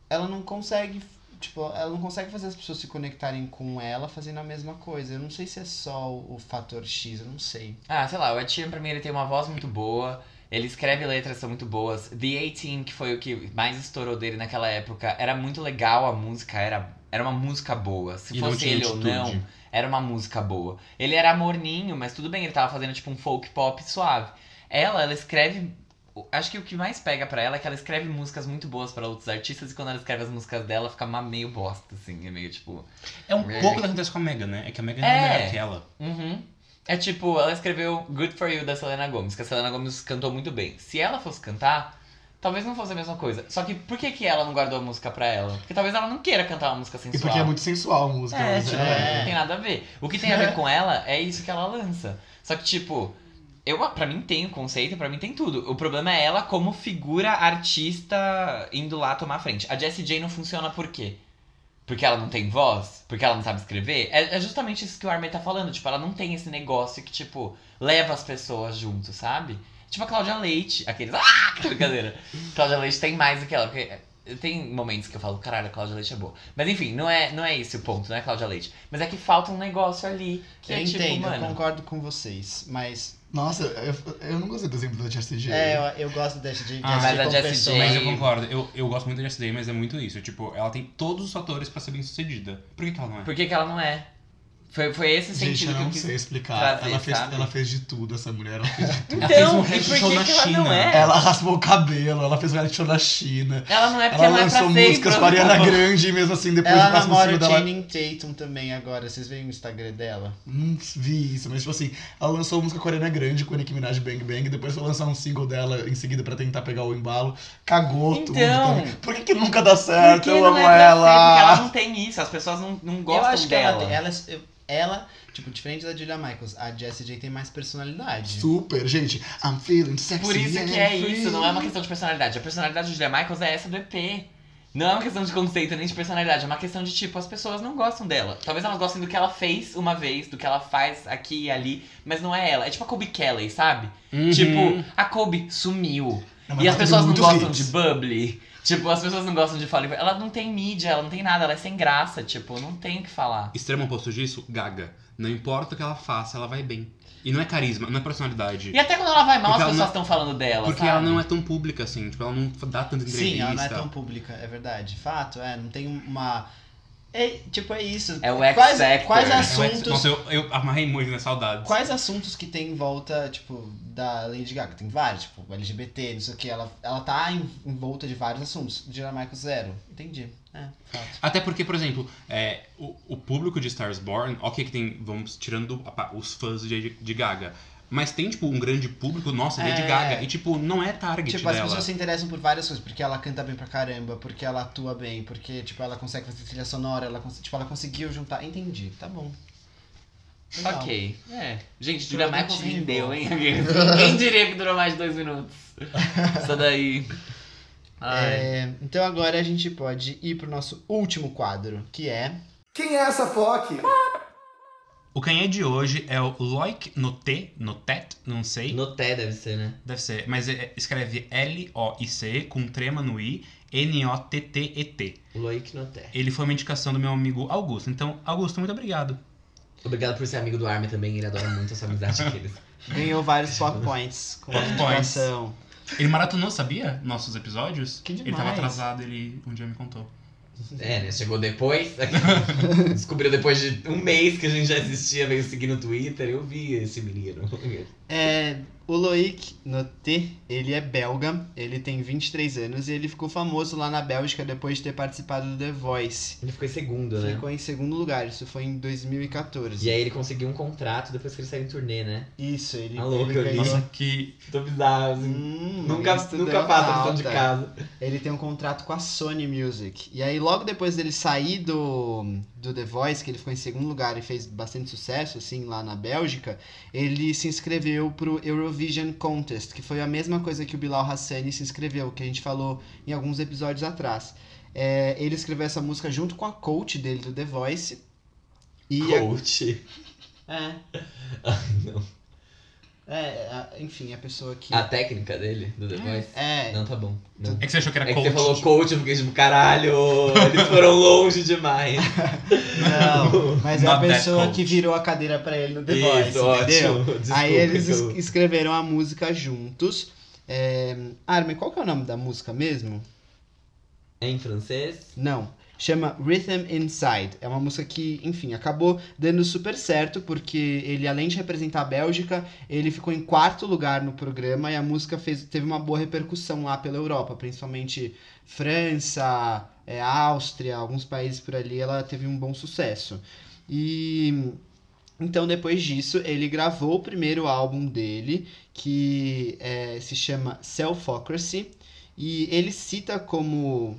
Speaker 2: ela não consegue, tipo, ela não consegue fazer as pessoas se conectarem com ela fazendo a mesma coisa. Eu não sei se é só o, o fator X, eu não sei.
Speaker 4: Ah, sei lá, o Ed Sheeran pra mim ele tem uma voz muito boa, ele escreve letras que são muito boas. The A-Team, que foi o que mais estourou dele naquela época, era muito legal a música, era, era uma música boa. Se
Speaker 3: E não
Speaker 4: fosse
Speaker 3: tinha
Speaker 4: ele ou não,
Speaker 3: atitude.
Speaker 4: Era uma música boa. Ele era morninho, mas tudo bem, ele tava fazendo tipo um folk pop suave. Ela, ela escreve. Acho que o que mais pega pra ela é que ela escreve músicas muito boas pra outros artistas e quando ela escreve as músicas dela fica uma meio bosta, assim. É meio tipo.
Speaker 3: É um
Speaker 4: Really?
Speaker 3: pouco da que acontece com a Megan, né? É que a Megan é,
Speaker 4: É.
Speaker 3: melhor que ela.
Speaker 4: Uhum. É tipo, ela escreveu Good for You da Selena Gomez, que a Selena Gomez cantou muito bem. Se ela fosse cantar, talvez não fosse a mesma coisa. Só que por que, que ela não guardou a música pra ela? Porque talvez ela não queira cantar uma música
Speaker 1: E
Speaker 4: sensual.
Speaker 1: porque é muito sensual a música.
Speaker 4: É,
Speaker 1: mas
Speaker 4: tipo,
Speaker 2: é.
Speaker 4: não tem nada a ver. O que tem a ver com ela é isso que ela lança. Só que, tipo, eu, pra mim tem o conceito, pra mim tem tudo. O problema é ela como figura artista indo lá tomar frente. A Jessie J não funciona por quê? Porque ela não tem voz? Porque ela não sabe escrever? É, é justamente isso que o Armin tá falando. Tipo, ela não tem esse negócio que, tipo, leva as pessoas junto, sabe? Tipo a Cláudia Leite, aqueles. Ah, que brincadeira. Cláudia Leite tem mais do que ela, porque eh, tem momentos que eu falo, caralho, a Cláudia Leite é boa. Mas enfim, não é, não é esse o ponto, não é Cláudia Leite. Mas é que falta um negócio ali que
Speaker 2: eu
Speaker 4: é
Speaker 2: entendo,
Speaker 4: tipo,
Speaker 2: eu
Speaker 4: mano.
Speaker 2: concordo com vocês, mas
Speaker 1: Nossa, eu, eu não gostei do exemplo da Jessie J.
Speaker 2: é, eu, eu gosto dessa de
Speaker 3: Ah,
Speaker 4: mas a Jessie J-
Speaker 3: Mas eu
Speaker 4: Sim.
Speaker 3: concordo, eu, eu gosto muito da Jessie Day, mas é muito isso. Tipo, ela tem todos os fatores pra ser bem sucedida. Por que, que ela não é?
Speaker 4: Por que, que ela não é? Foi, foi esse o
Speaker 1: Gente,
Speaker 4: sentido
Speaker 1: eu não
Speaker 4: que eu
Speaker 1: sei
Speaker 4: quis...
Speaker 1: explicar.
Speaker 4: trazer,
Speaker 1: ela, fez,
Speaker 4: sabe?
Speaker 1: ela fez de tudo, essa mulher. Ela, fez de tudo.
Speaker 3: Ela fez um
Speaker 4: Então, e
Speaker 3: reality
Speaker 4: por
Speaker 3: show
Speaker 4: que
Speaker 3: na
Speaker 4: que ela
Speaker 3: China.
Speaker 4: não é?
Speaker 1: ela raspou o cabelo, ela fez um reality show na China.
Speaker 4: Ela não é porque
Speaker 1: Ela
Speaker 4: ela, é pra
Speaker 1: lançou
Speaker 4: ser
Speaker 1: músicas
Speaker 4: pro-
Speaker 1: com a Ariana Grande e mesmo assim depois
Speaker 2: Ela
Speaker 1: eu passo por
Speaker 2: namora
Speaker 1: cima
Speaker 2: o
Speaker 1: dela.
Speaker 2: Channing Tatum também agora. Vocês veem o Instagram dela?
Speaker 1: Não vi isso, mas tipo assim, ela lançou música com a Ariana Grande, com a Nicki Minaj Bang Bang, depois foi lançar um single dela em seguida pra tentar pegar o embalo. Cagou tudo.
Speaker 4: Então.
Speaker 1: também. Por que, que nunca dá
Speaker 4: Por
Speaker 1: certo?
Speaker 4: que
Speaker 1: Eu
Speaker 4: não
Speaker 1: amo
Speaker 4: é pra ser? Porque ela
Speaker 1: ela.
Speaker 4: não tem isso, as pessoas não, não
Speaker 2: eu
Speaker 4: gostam
Speaker 2: acho que
Speaker 4: dela.
Speaker 2: ela tem. Ela, eu- ela, tipo, diferente da Julia Michaels, a Jessie J tem mais personalidade.
Speaker 1: Super, gente. I'm feeling sexy.
Speaker 4: Por
Speaker 3: né?
Speaker 4: isso que
Speaker 1: and
Speaker 4: é
Speaker 1: free.
Speaker 4: isso, não é uma questão de personalidade. A personalidade de Julia Michaels é essa do EP. Não é uma questão de conceito nem de personalidade, é uma questão de tipo, as pessoas não gostam dela. Talvez elas gostem do que ela fez uma vez, do que ela faz aqui e ali, mas não é ela. É tipo a Kobe Kelly, sabe?
Speaker 3: Uhum.
Speaker 4: Tipo, a Kobe sumiu.
Speaker 3: É
Speaker 1: Não, mas
Speaker 4: E
Speaker 1: ela teve
Speaker 4: as pessoas não
Speaker 1: muitos
Speaker 4: gostam
Speaker 1: hits.
Speaker 4: de Bubbly. Tipo, as pessoas não gostam de falar. Ela não tem mídia, ela não tem nada, ela é sem graça. Tipo, não tem o que falar.
Speaker 3: Extremo oposto disso, gaga. Não importa o que ela faça, ela vai bem. E não é carisma, não é personalidade.
Speaker 4: E até quando ela vai mal, as
Speaker 3: Porque ela
Speaker 4: pessoas
Speaker 3: não-
Speaker 4: estão falando dela.
Speaker 3: Porque
Speaker 4: sabe?
Speaker 3: ela não é tão pública assim, tipo, ela não dá tanta entrevista.
Speaker 2: Sim, ela não é tão pública, é verdade. Fato, é, não tem uma. É, tipo, é isso.
Speaker 4: É o X
Speaker 2: quais,
Speaker 4: Factor.
Speaker 2: quais
Speaker 4: É o
Speaker 3: É, o ex-
Speaker 2: assuntos.
Speaker 3: Nossa, eu, eu amarrei muito, né? Saudades.
Speaker 2: Quais assuntos que tem em volta, tipo, da Lady Gaga? Tem vários, tipo, LGBT, não sei o que. Ela, ela tá em, em volta de vários assuntos. Dinamarca zero. Entendi. É, fato.
Speaker 3: Até porque, por exemplo, é, o, o público de Stars Born, ok que tem, vamos tirando a pa- os fãs de, de Gaga, mas tem, tipo, um grande público, nossa, Lady
Speaker 2: É.
Speaker 3: Gaga, e, tipo, não é target
Speaker 2: Tipo, as
Speaker 3: dela.
Speaker 2: pessoas se interessam por várias coisas, porque ela canta bem pra caramba, porque ela atua bem, porque, tipo, ela consegue fazer trilha sonora, ela, cons- tipo, ela conseguiu juntar. Entendi, tá bom. Legal.
Speaker 4: Ok. É. Gente, Julia Michaels
Speaker 2: Produtivo.
Speaker 4: rendeu, hein? Quem diria que durou mais de dois minutos? Isso daí. Ai.
Speaker 2: É, então agora a gente pode ir pro nosso último quadro, que é.
Speaker 6: Quem é essa POC?
Speaker 3: O quem é de hoje é o Loic Notet, Notet, não sei,
Speaker 4: Noté deve ser, né?
Speaker 3: deve ser, mas é- é- escreve L-O-I-C, com trema no I, N-O-T-T-E-T.
Speaker 4: Loic Noté.
Speaker 3: Ele foi uma indicação do meu amigo Augusto, então, Augusto, muito obrigado.
Speaker 4: Obrigado por ser amigo do Armin também, ele adora muito essa amizade deles.
Speaker 2: Ganhou vários POC points com a
Speaker 3: Points.
Speaker 2: indicação.
Speaker 3: Ele maratonou, sabia? Nossos episódios.
Speaker 2: Que
Speaker 3: Ele tava
Speaker 2: demais.
Speaker 3: atrasado, ele um dia me contou.
Speaker 4: É, né? Chegou depois. Descobriu depois de um mês que a gente já existia, veio seguir no Twitter. Eu vi esse menino.
Speaker 2: É, o Loic Noté, ele é belga, ele tem 23 anos e ele ficou famoso lá na Bélgica depois de ter participado do The Voice.
Speaker 4: Ele ficou em segundo, né?
Speaker 2: Ficou em segundo lugar, isso foi em 2014.
Speaker 4: E aí ele conseguiu um contrato depois que ele saiu em turnê, né?
Speaker 2: Isso, ele,
Speaker 4: Tá louco,
Speaker 2: ele
Speaker 4: eu li.
Speaker 2: ganhou...
Speaker 3: Nossa, que.
Speaker 4: Tô bizarro, assim.
Speaker 2: Hum,
Speaker 4: nunca
Speaker 2: ele estudou
Speaker 4: nunca passa a lição de
Speaker 2: alta.
Speaker 4: casa.
Speaker 2: Ele tem um contrato com a Sony Music. E aí, logo depois dele sair do, do The Voice, que ele ficou em segundo lugar e fez bastante sucesso, assim, lá na Bélgica, ele se inscreveu pro Eurovision Contest, que foi a mesma coisa que o Bilal Hassani se inscreveu, que a gente falou em alguns episódios atrás. É, ele escreveu essa música junto com a coach dele do The Voice. E a-
Speaker 4: Coach.
Speaker 2: É,
Speaker 4: Ai, não.
Speaker 2: é, a- enfim, a pessoa que.
Speaker 4: A técnica dele, do The Voice.
Speaker 2: É,
Speaker 4: Não, tá bom. Não.
Speaker 3: É que você achou que era
Speaker 4: É que
Speaker 3: coach.
Speaker 4: você falou coach, eu fiquei tipo, caralho, eles foram longe demais.
Speaker 2: não, mas é a
Speaker 3: Not that
Speaker 2: pessoa
Speaker 3: coach.
Speaker 2: que virou a cadeira pra ele no The Voice,
Speaker 4: Isso,
Speaker 2: entendeu?
Speaker 4: ótimo. Desculpa,
Speaker 2: Aí eles
Speaker 4: que
Speaker 7: então.
Speaker 4: eu-
Speaker 2: es- escreveram a música juntos. É... Armin, qual que é o nome da música mesmo?
Speaker 4: É em francês?
Speaker 2: Não. Chama Rhythm Inside. É uma música que, enfim, acabou dando super certo, porque ele, além de representar a Bélgica, ele ficou em quarto lugar no programa e a música fez, teve uma boa repercussão lá pela Europa, principalmente França, é, Áustria, alguns países por ali, ela teve um bom sucesso. E então, depois disso, ele gravou o primeiro álbum dele, que é, se chama Selfocracy, e ele cita como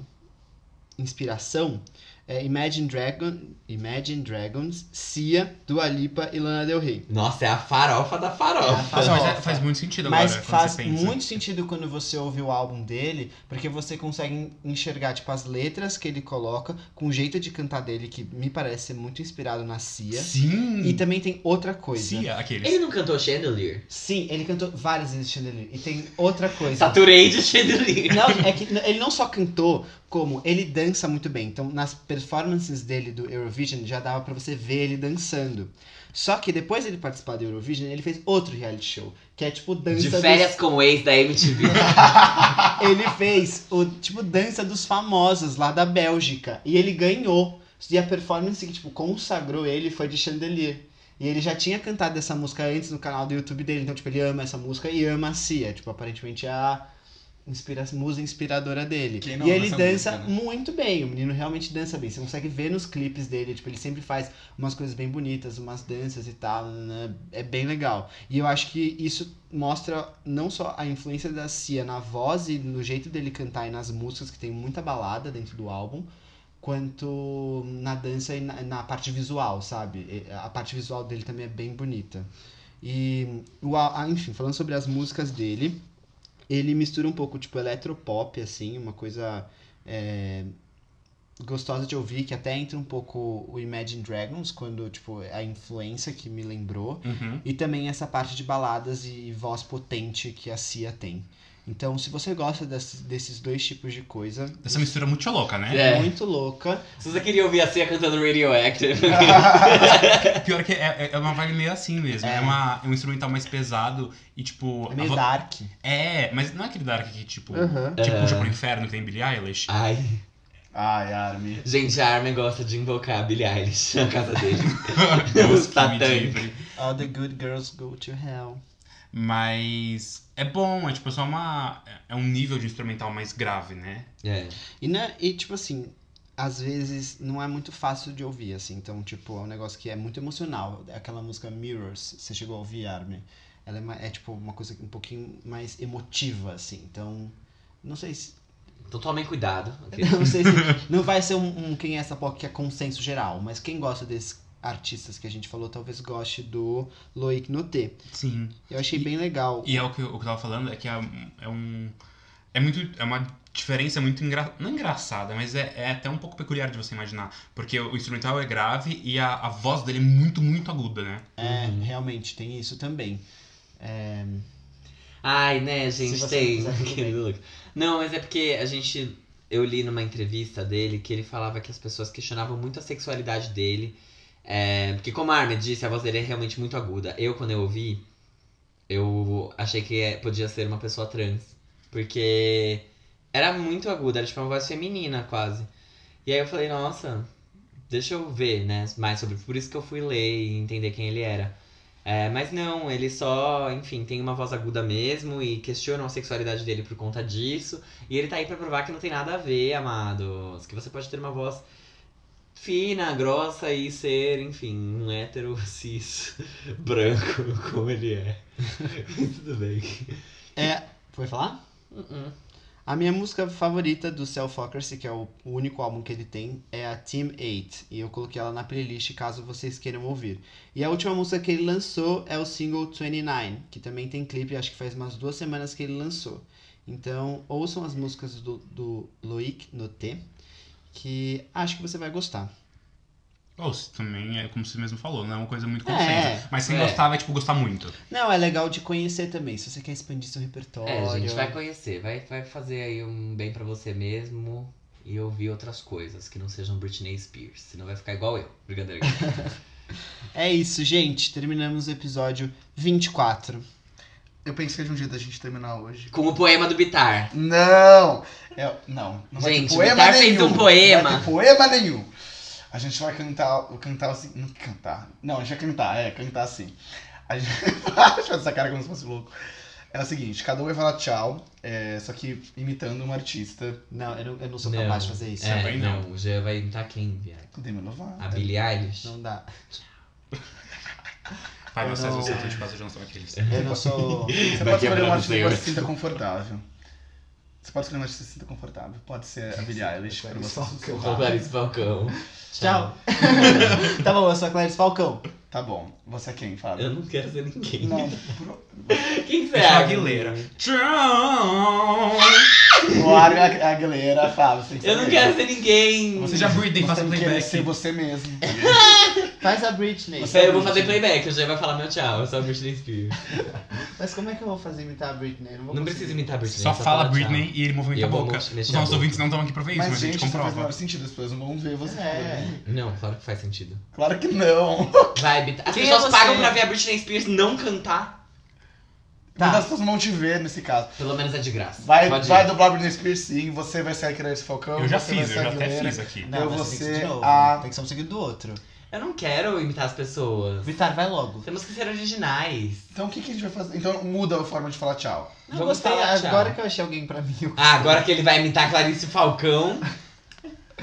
Speaker 2: inspiração é, Imagine, Dragon, Imagine Dragons, Cia, Dua Lipa e Lana Del Rey.
Speaker 4: Nossa, é a farofa da
Speaker 2: É a
Speaker 4: farofa.
Speaker 2: farofa.
Speaker 3: Mas é- faz muito sentido agora.
Speaker 2: Mas
Speaker 3: quando
Speaker 2: faz
Speaker 3: você pensa.
Speaker 2: muito sentido quando você ouve o álbum dele, porque você consegue enxergar, tipo, as letras que ele coloca, com o jeito de cantar dele, que me parece ser muito inspirado na Cia.
Speaker 3: Sim.
Speaker 2: E né? também tem outra coisa.
Speaker 3: Cia, aqueles.
Speaker 4: Ele não cantou Chandelier?
Speaker 2: Sim, ele cantou várias vezes Chandelier. E tem outra
Speaker 3: Tá
Speaker 2: coisa.
Speaker 4: Saturei de Chandelier.
Speaker 2: Não, é que ele não só cantou, como ele dança muito bem. Então, nas performances dele do Eurovision, já dava pra você ver ele dançando. Só que depois dele participar do Eurovision, ele fez outro reality show, que é tipo dança
Speaker 4: De
Speaker 2: dos-
Speaker 4: férias com o ex da MTV.
Speaker 2: Ele fez o tipo dança dos famosos lá da Bélgica e ele ganhou. E a performance que, tipo, consagrou ele foi de Chandelier. E ele já tinha cantado essa música antes no canal do YouTube dele, então, tipo, ele ama essa música e ama a Cia. Tipo, aparentemente é a inspira musa inspiradora dele.
Speaker 7: Quem não
Speaker 2: e
Speaker 7: ama
Speaker 2: ele
Speaker 7: essa
Speaker 2: dança
Speaker 7: música, né?
Speaker 2: muito bem, o menino realmente dança bem. Você consegue ver nos clipes dele, tipo, ele sempre faz umas coisas bem bonitas, umas danças e tal, né? é bem legal. E eu acho que isso mostra não só a influência da Cia na voz e no jeito dele cantar e nas músicas, que tem muita balada dentro do álbum, quanto na dança e na, na parte visual, sabe? E A parte visual dele também é bem bonita. E, o, a- enfim, falando sobre as músicas dele, ele mistura um pouco, tipo, eletropop, assim, uma coisa é, gostosa de ouvir, que até entra um pouco o Imagine Dragons, quando, tipo, a influência que me lembrou.
Speaker 3: Uhum.
Speaker 2: E também essa parte de baladas e voz potente que a Cia tem. Então, se você gosta dessas- desses dois tipos de coisa,
Speaker 3: Essa mistura é muito louca, né?
Speaker 7: É.
Speaker 2: muito louca.
Speaker 7: Se você queria ouvir a Cia cantando Radioactive.
Speaker 3: Pior que é, é uma vibe meio assim mesmo. É, uma, é um instrumental mais pesado e tipo.
Speaker 2: É
Speaker 3: a
Speaker 2: meio
Speaker 3: vo-
Speaker 2: dark.
Speaker 3: É, mas não é aquele dark que tipo.
Speaker 2: Aham.
Speaker 3: Te puxa pro inferno que tem Billie Eilish. É
Speaker 7: Ai.
Speaker 1: Ai, Armin.
Speaker 7: Gente, a Armin gosta de invocar a Billie Eilish na casa dele.
Speaker 3: Deus
Speaker 2: Tá
Speaker 3: que me
Speaker 7: Satã.
Speaker 3: livre.
Speaker 2: All the good girls go to hell.
Speaker 3: Mas é bom, é tipo só uma. É um nível de instrumental mais grave, né?
Speaker 7: É.
Speaker 2: E, né, e tipo assim, às vezes não é muito fácil de ouvir, assim. Então, tipo, é um negócio que é muito emocional. Aquela música Mirrors, você chegou a ouvir, Armin? Ela é, ma- é tipo uma coisa um pouquinho mais emotiva, assim. Então, não sei se
Speaker 7: Então tomem cuidado. ok?
Speaker 2: Não sei se. Não vai ser um, um quem é essa POC que é consenso geral, mas quem gosta desses artistas que a gente falou talvez goste do Loic Noté.
Speaker 3: Sim.
Speaker 2: Eu achei
Speaker 3: E-
Speaker 2: bem legal.
Speaker 3: E é o que, eu- o que eu tava falando, é que é, é um. É muito. É uma diferença muito engra, não engraçada, mas é, é até um pouco peculiar de você imaginar. Porque o instrumental é grave e a, a voz dele é muito, muito aguda, né?
Speaker 2: É, realmente, tem isso também. É,
Speaker 7: Ai, né,
Speaker 2: Se
Speaker 7: gente,
Speaker 2: você
Speaker 7: tem.
Speaker 2: não quiser, tudo bem.
Speaker 7: Look. Não, mas é porque a gente. Eu li numa entrevista dele que ele falava que as pessoas questionavam muito a sexualidade dele. É, porque, como a Armin disse, a voz dele é realmente muito aguda. Eu, quando eu ouvi, eu achei que é- podia ser uma pessoa trans. Porque era muito aguda, era tipo uma voz feminina quase. E aí eu falei, nossa, deixa eu ver, né, mais sobre. Por isso que eu fui ler e entender quem ele era. É, mas não, ele só, enfim, tem uma voz aguda mesmo e questionam a sexualidade dele por conta disso. E ele tá aí pra provar que não tem nada a ver, amados. Que você pode ter uma voz fina, grossa e ser, enfim, um hétero cis branco como ele é. Tudo bem.
Speaker 2: foi falar?
Speaker 7: Uh-uh.
Speaker 2: A minha música favorita do Selfocracy, que é o o único álbum que ele tem, é a Team 8. E eu coloquei ela na playlist caso vocês queiram ouvir. E a última música que ele lançou é o single 29, que também tem clipe, acho que faz umas duas semanas que ele lançou. Então, ouçam as músicas do, do Loic Noté, que acho que você vai gostar.
Speaker 3: Ou se também é como você mesmo falou, não é uma coisa muito
Speaker 2: É,
Speaker 3: consenso. mas quem
Speaker 7: é.
Speaker 3: gostar vai, tipo, gostar muito.
Speaker 2: Não, é legal de conhecer também, se você quer expandir seu repertório.
Speaker 7: É, gente, vai conhecer, vai, vai fazer aí um bem pra você mesmo e ouvir outras coisas que não sejam Britney Spears. Senão vai ficar igual eu. Brincadeira.
Speaker 2: É isso, gente. Terminamos o episódio 24.
Speaker 1: Eu pensei de um jeito da gente terminar hoje.
Speaker 7: Com o poema do Bitar.
Speaker 1: Não! É, não, não vai ter
Speaker 7: Gente,
Speaker 1: poema
Speaker 7: Bitar
Speaker 1: nenhum.
Speaker 7: fez um
Speaker 1: Não
Speaker 7: poema.
Speaker 1: Vai ter poema É tipo, nenhum. A gente vai cantar, cantar assim, não cantar. Não, a gente vai cantar, é, cantar assim. A gente faz essa cara como se fosse louco. É o seguinte, cada um vai falar tchau, é, só que imitando um artista.
Speaker 2: Não, eu não, eu não sou
Speaker 7: Não,
Speaker 2: capaz de fazer isso.
Speaker 7: É,
Speaker 3: Também
Speaker 7: não.
Speaker 3: não.
Speaker 7: o Jean vai imitar quem, viado?
Speaker 1: Demi Lovato.
Speaker 7: A Billie Eilish?
Speaker 2: É. Não dá.
Speaker 3: Pai,
Speaker 2: Eu
Speaker 3: vocês,
Speaker 2: não-
Speaker 3: vocês, vocês, vocês não são aqueles.
Speaker 2: Eu não sou.
Speaker 1: Você pode
Speaker 7: Daqui a
Speaker 1: escolher um artista
Speaker 7: pouco
Speaker 1: que
Speaker 7: tem
Speaker 1: você se
Speaker 7: outro.
Speaker 1: sinta confortável. Você pode escolher um artista que se sinta confortável. Pode ser a Billie Eilish, pra você Tá
Speaker 7: Com
Speaker 1: sussurrar.
Speaker 7: Clarice Falcão.
Speaker 2: Tchau. tá bom, eu sou a Clarice Falcão.
Speaker 1: Tá bom, você é quem,
Speaker 7: Eu
Speaker 1: Fábio?
Speaker 7: não quero ser ninguém.
Speaker 1: Não, pro-
Speaker 7: Quem que você
Speaker 3: Deixa a
Speaker 7: acha?
Speaker 3: É, Aguilera. Tchau!
Speaker 1: o Armin Aguilera, Fábio. Você tem que
Speaker 7: Eu não
Speaker 1: saber.
Speaker 7: quero ser ninguém.
Speaker 3: Você já Britney,
Speaker 1: Você
Speaker 3: faça
Speaker 1: tem que querer ser
Speaker 3: playback.
Speaker 1: você mesmo.
Speaker 2: Faz a Britney.
Speaker 1: Você-
Speaker 7: É, eu vou fazer playback, o Jean vai falar meu tchau, eu sou a Britney Spears.
Speaker 2: Mas como é que eu vou fazer imitar a Britney? Eu não vou
Speaker 7: Não
Speaker 2: conseguir.
Speaker 7: precisa imitar a Britney.
Speaker 3: Só fala
Speaker 7: tchau.
Speaker 3: Britney e ele movimenta
Speaker 7: né? Eu
Speaker 3: a
Speaker 7: vou
Speaker 3: boca.
Speaker 7: mexer a
Speaker 3: Os nossos
Speaker 7: boca.
Speaker 3: ouvintes não estão aqui pra ver É isso, mas,
Speaker 1: Mas,
Speaker 3: a gente
Speaker 1: gente, isso não faz o menor
Speaker 3: comprova.
Speaker 1: sentido, as pessoas não vão ver você.
Speaker 2: É.
Speaker 7: Não, claro que faz sentido.
Speaker 1: Claro que não.
Speaker 3: Tá.
Speaker 7: Vai, Bita. As
Speaker 2: Quem é
Speaker 7: pessoas
Speaker 2: você?
Speaker 7: pagam pra ver a Britney Spears não cantar. Tá.
Speaker 1: Mas as pessoas vão te ver nesse caso.
Speaker 7: Pelo menos é de graça.
Speaker 1: Vai,
Speaker 7: Pode
Speaker 1: vai
Speaker 7: ir.
Speaker 1: dublar Britney Spears, sim. Você vai ser a Clarice Falcão.
Speaker 3: Eu já
Speaker 1: você
Speaker 3: fiz,
Speaker 1: vai
Speaker 3: eu
Speaker 1: ser
Speaker 3: já
Speaker 1: a
Speaker 3: até
Speaker 1: Guilherme.
Speaker 3: fiz aqui.
Speaker 1: Eu
Speaker 2: mas
Speaker 1: vou
Speaker 2: tem que ser
Speaker 1: ser
Speaker 2: de novo.
Speaker 1: a-
Speaker 2: Tem que ser um seguido do outro.
Speaker 7: Eu não quero imitar as pessoas.
Speaker 2: Vitar, vai logo.
Speaker 7: Temos que ser originais.
Speaker 1: Então o que, que a gente vai fazer? Então muda a forma de falar tchau.
Speaker 2: Não,
Speaker 7: Vamos
Speaker 2: gostei.
Speaker 7: falar tchau.
Speaker 2: agora que eu achei alguém pra mim. eu-
Speaker 7: Ah, agora que ele vai imitar Clarice Falcão.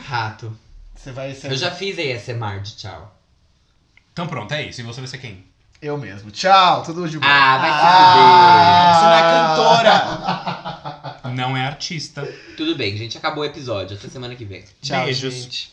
Speaker 7: Rato.
Speaker 1: Você vai ser.
Speaker 7: Eu já fiz ASMR de tchau.
Speaker 3: Então pronto, é isso. E você vai ser quem?
Speaker 1: Eu mesmo. Tchau, tudo de bom.
Speaker 7: Ah, vai
Speaker 1: Ah!
Speaker 7: se fuder. Você não é cantora.
Speaker 3: Não é artista.
Speaker 7: Tudo bem, gente. Acabou o episódio. Até semana que vem.
Speaker 2: Tchau,
Speaker 3: Beijos.
Speaker 2: gente.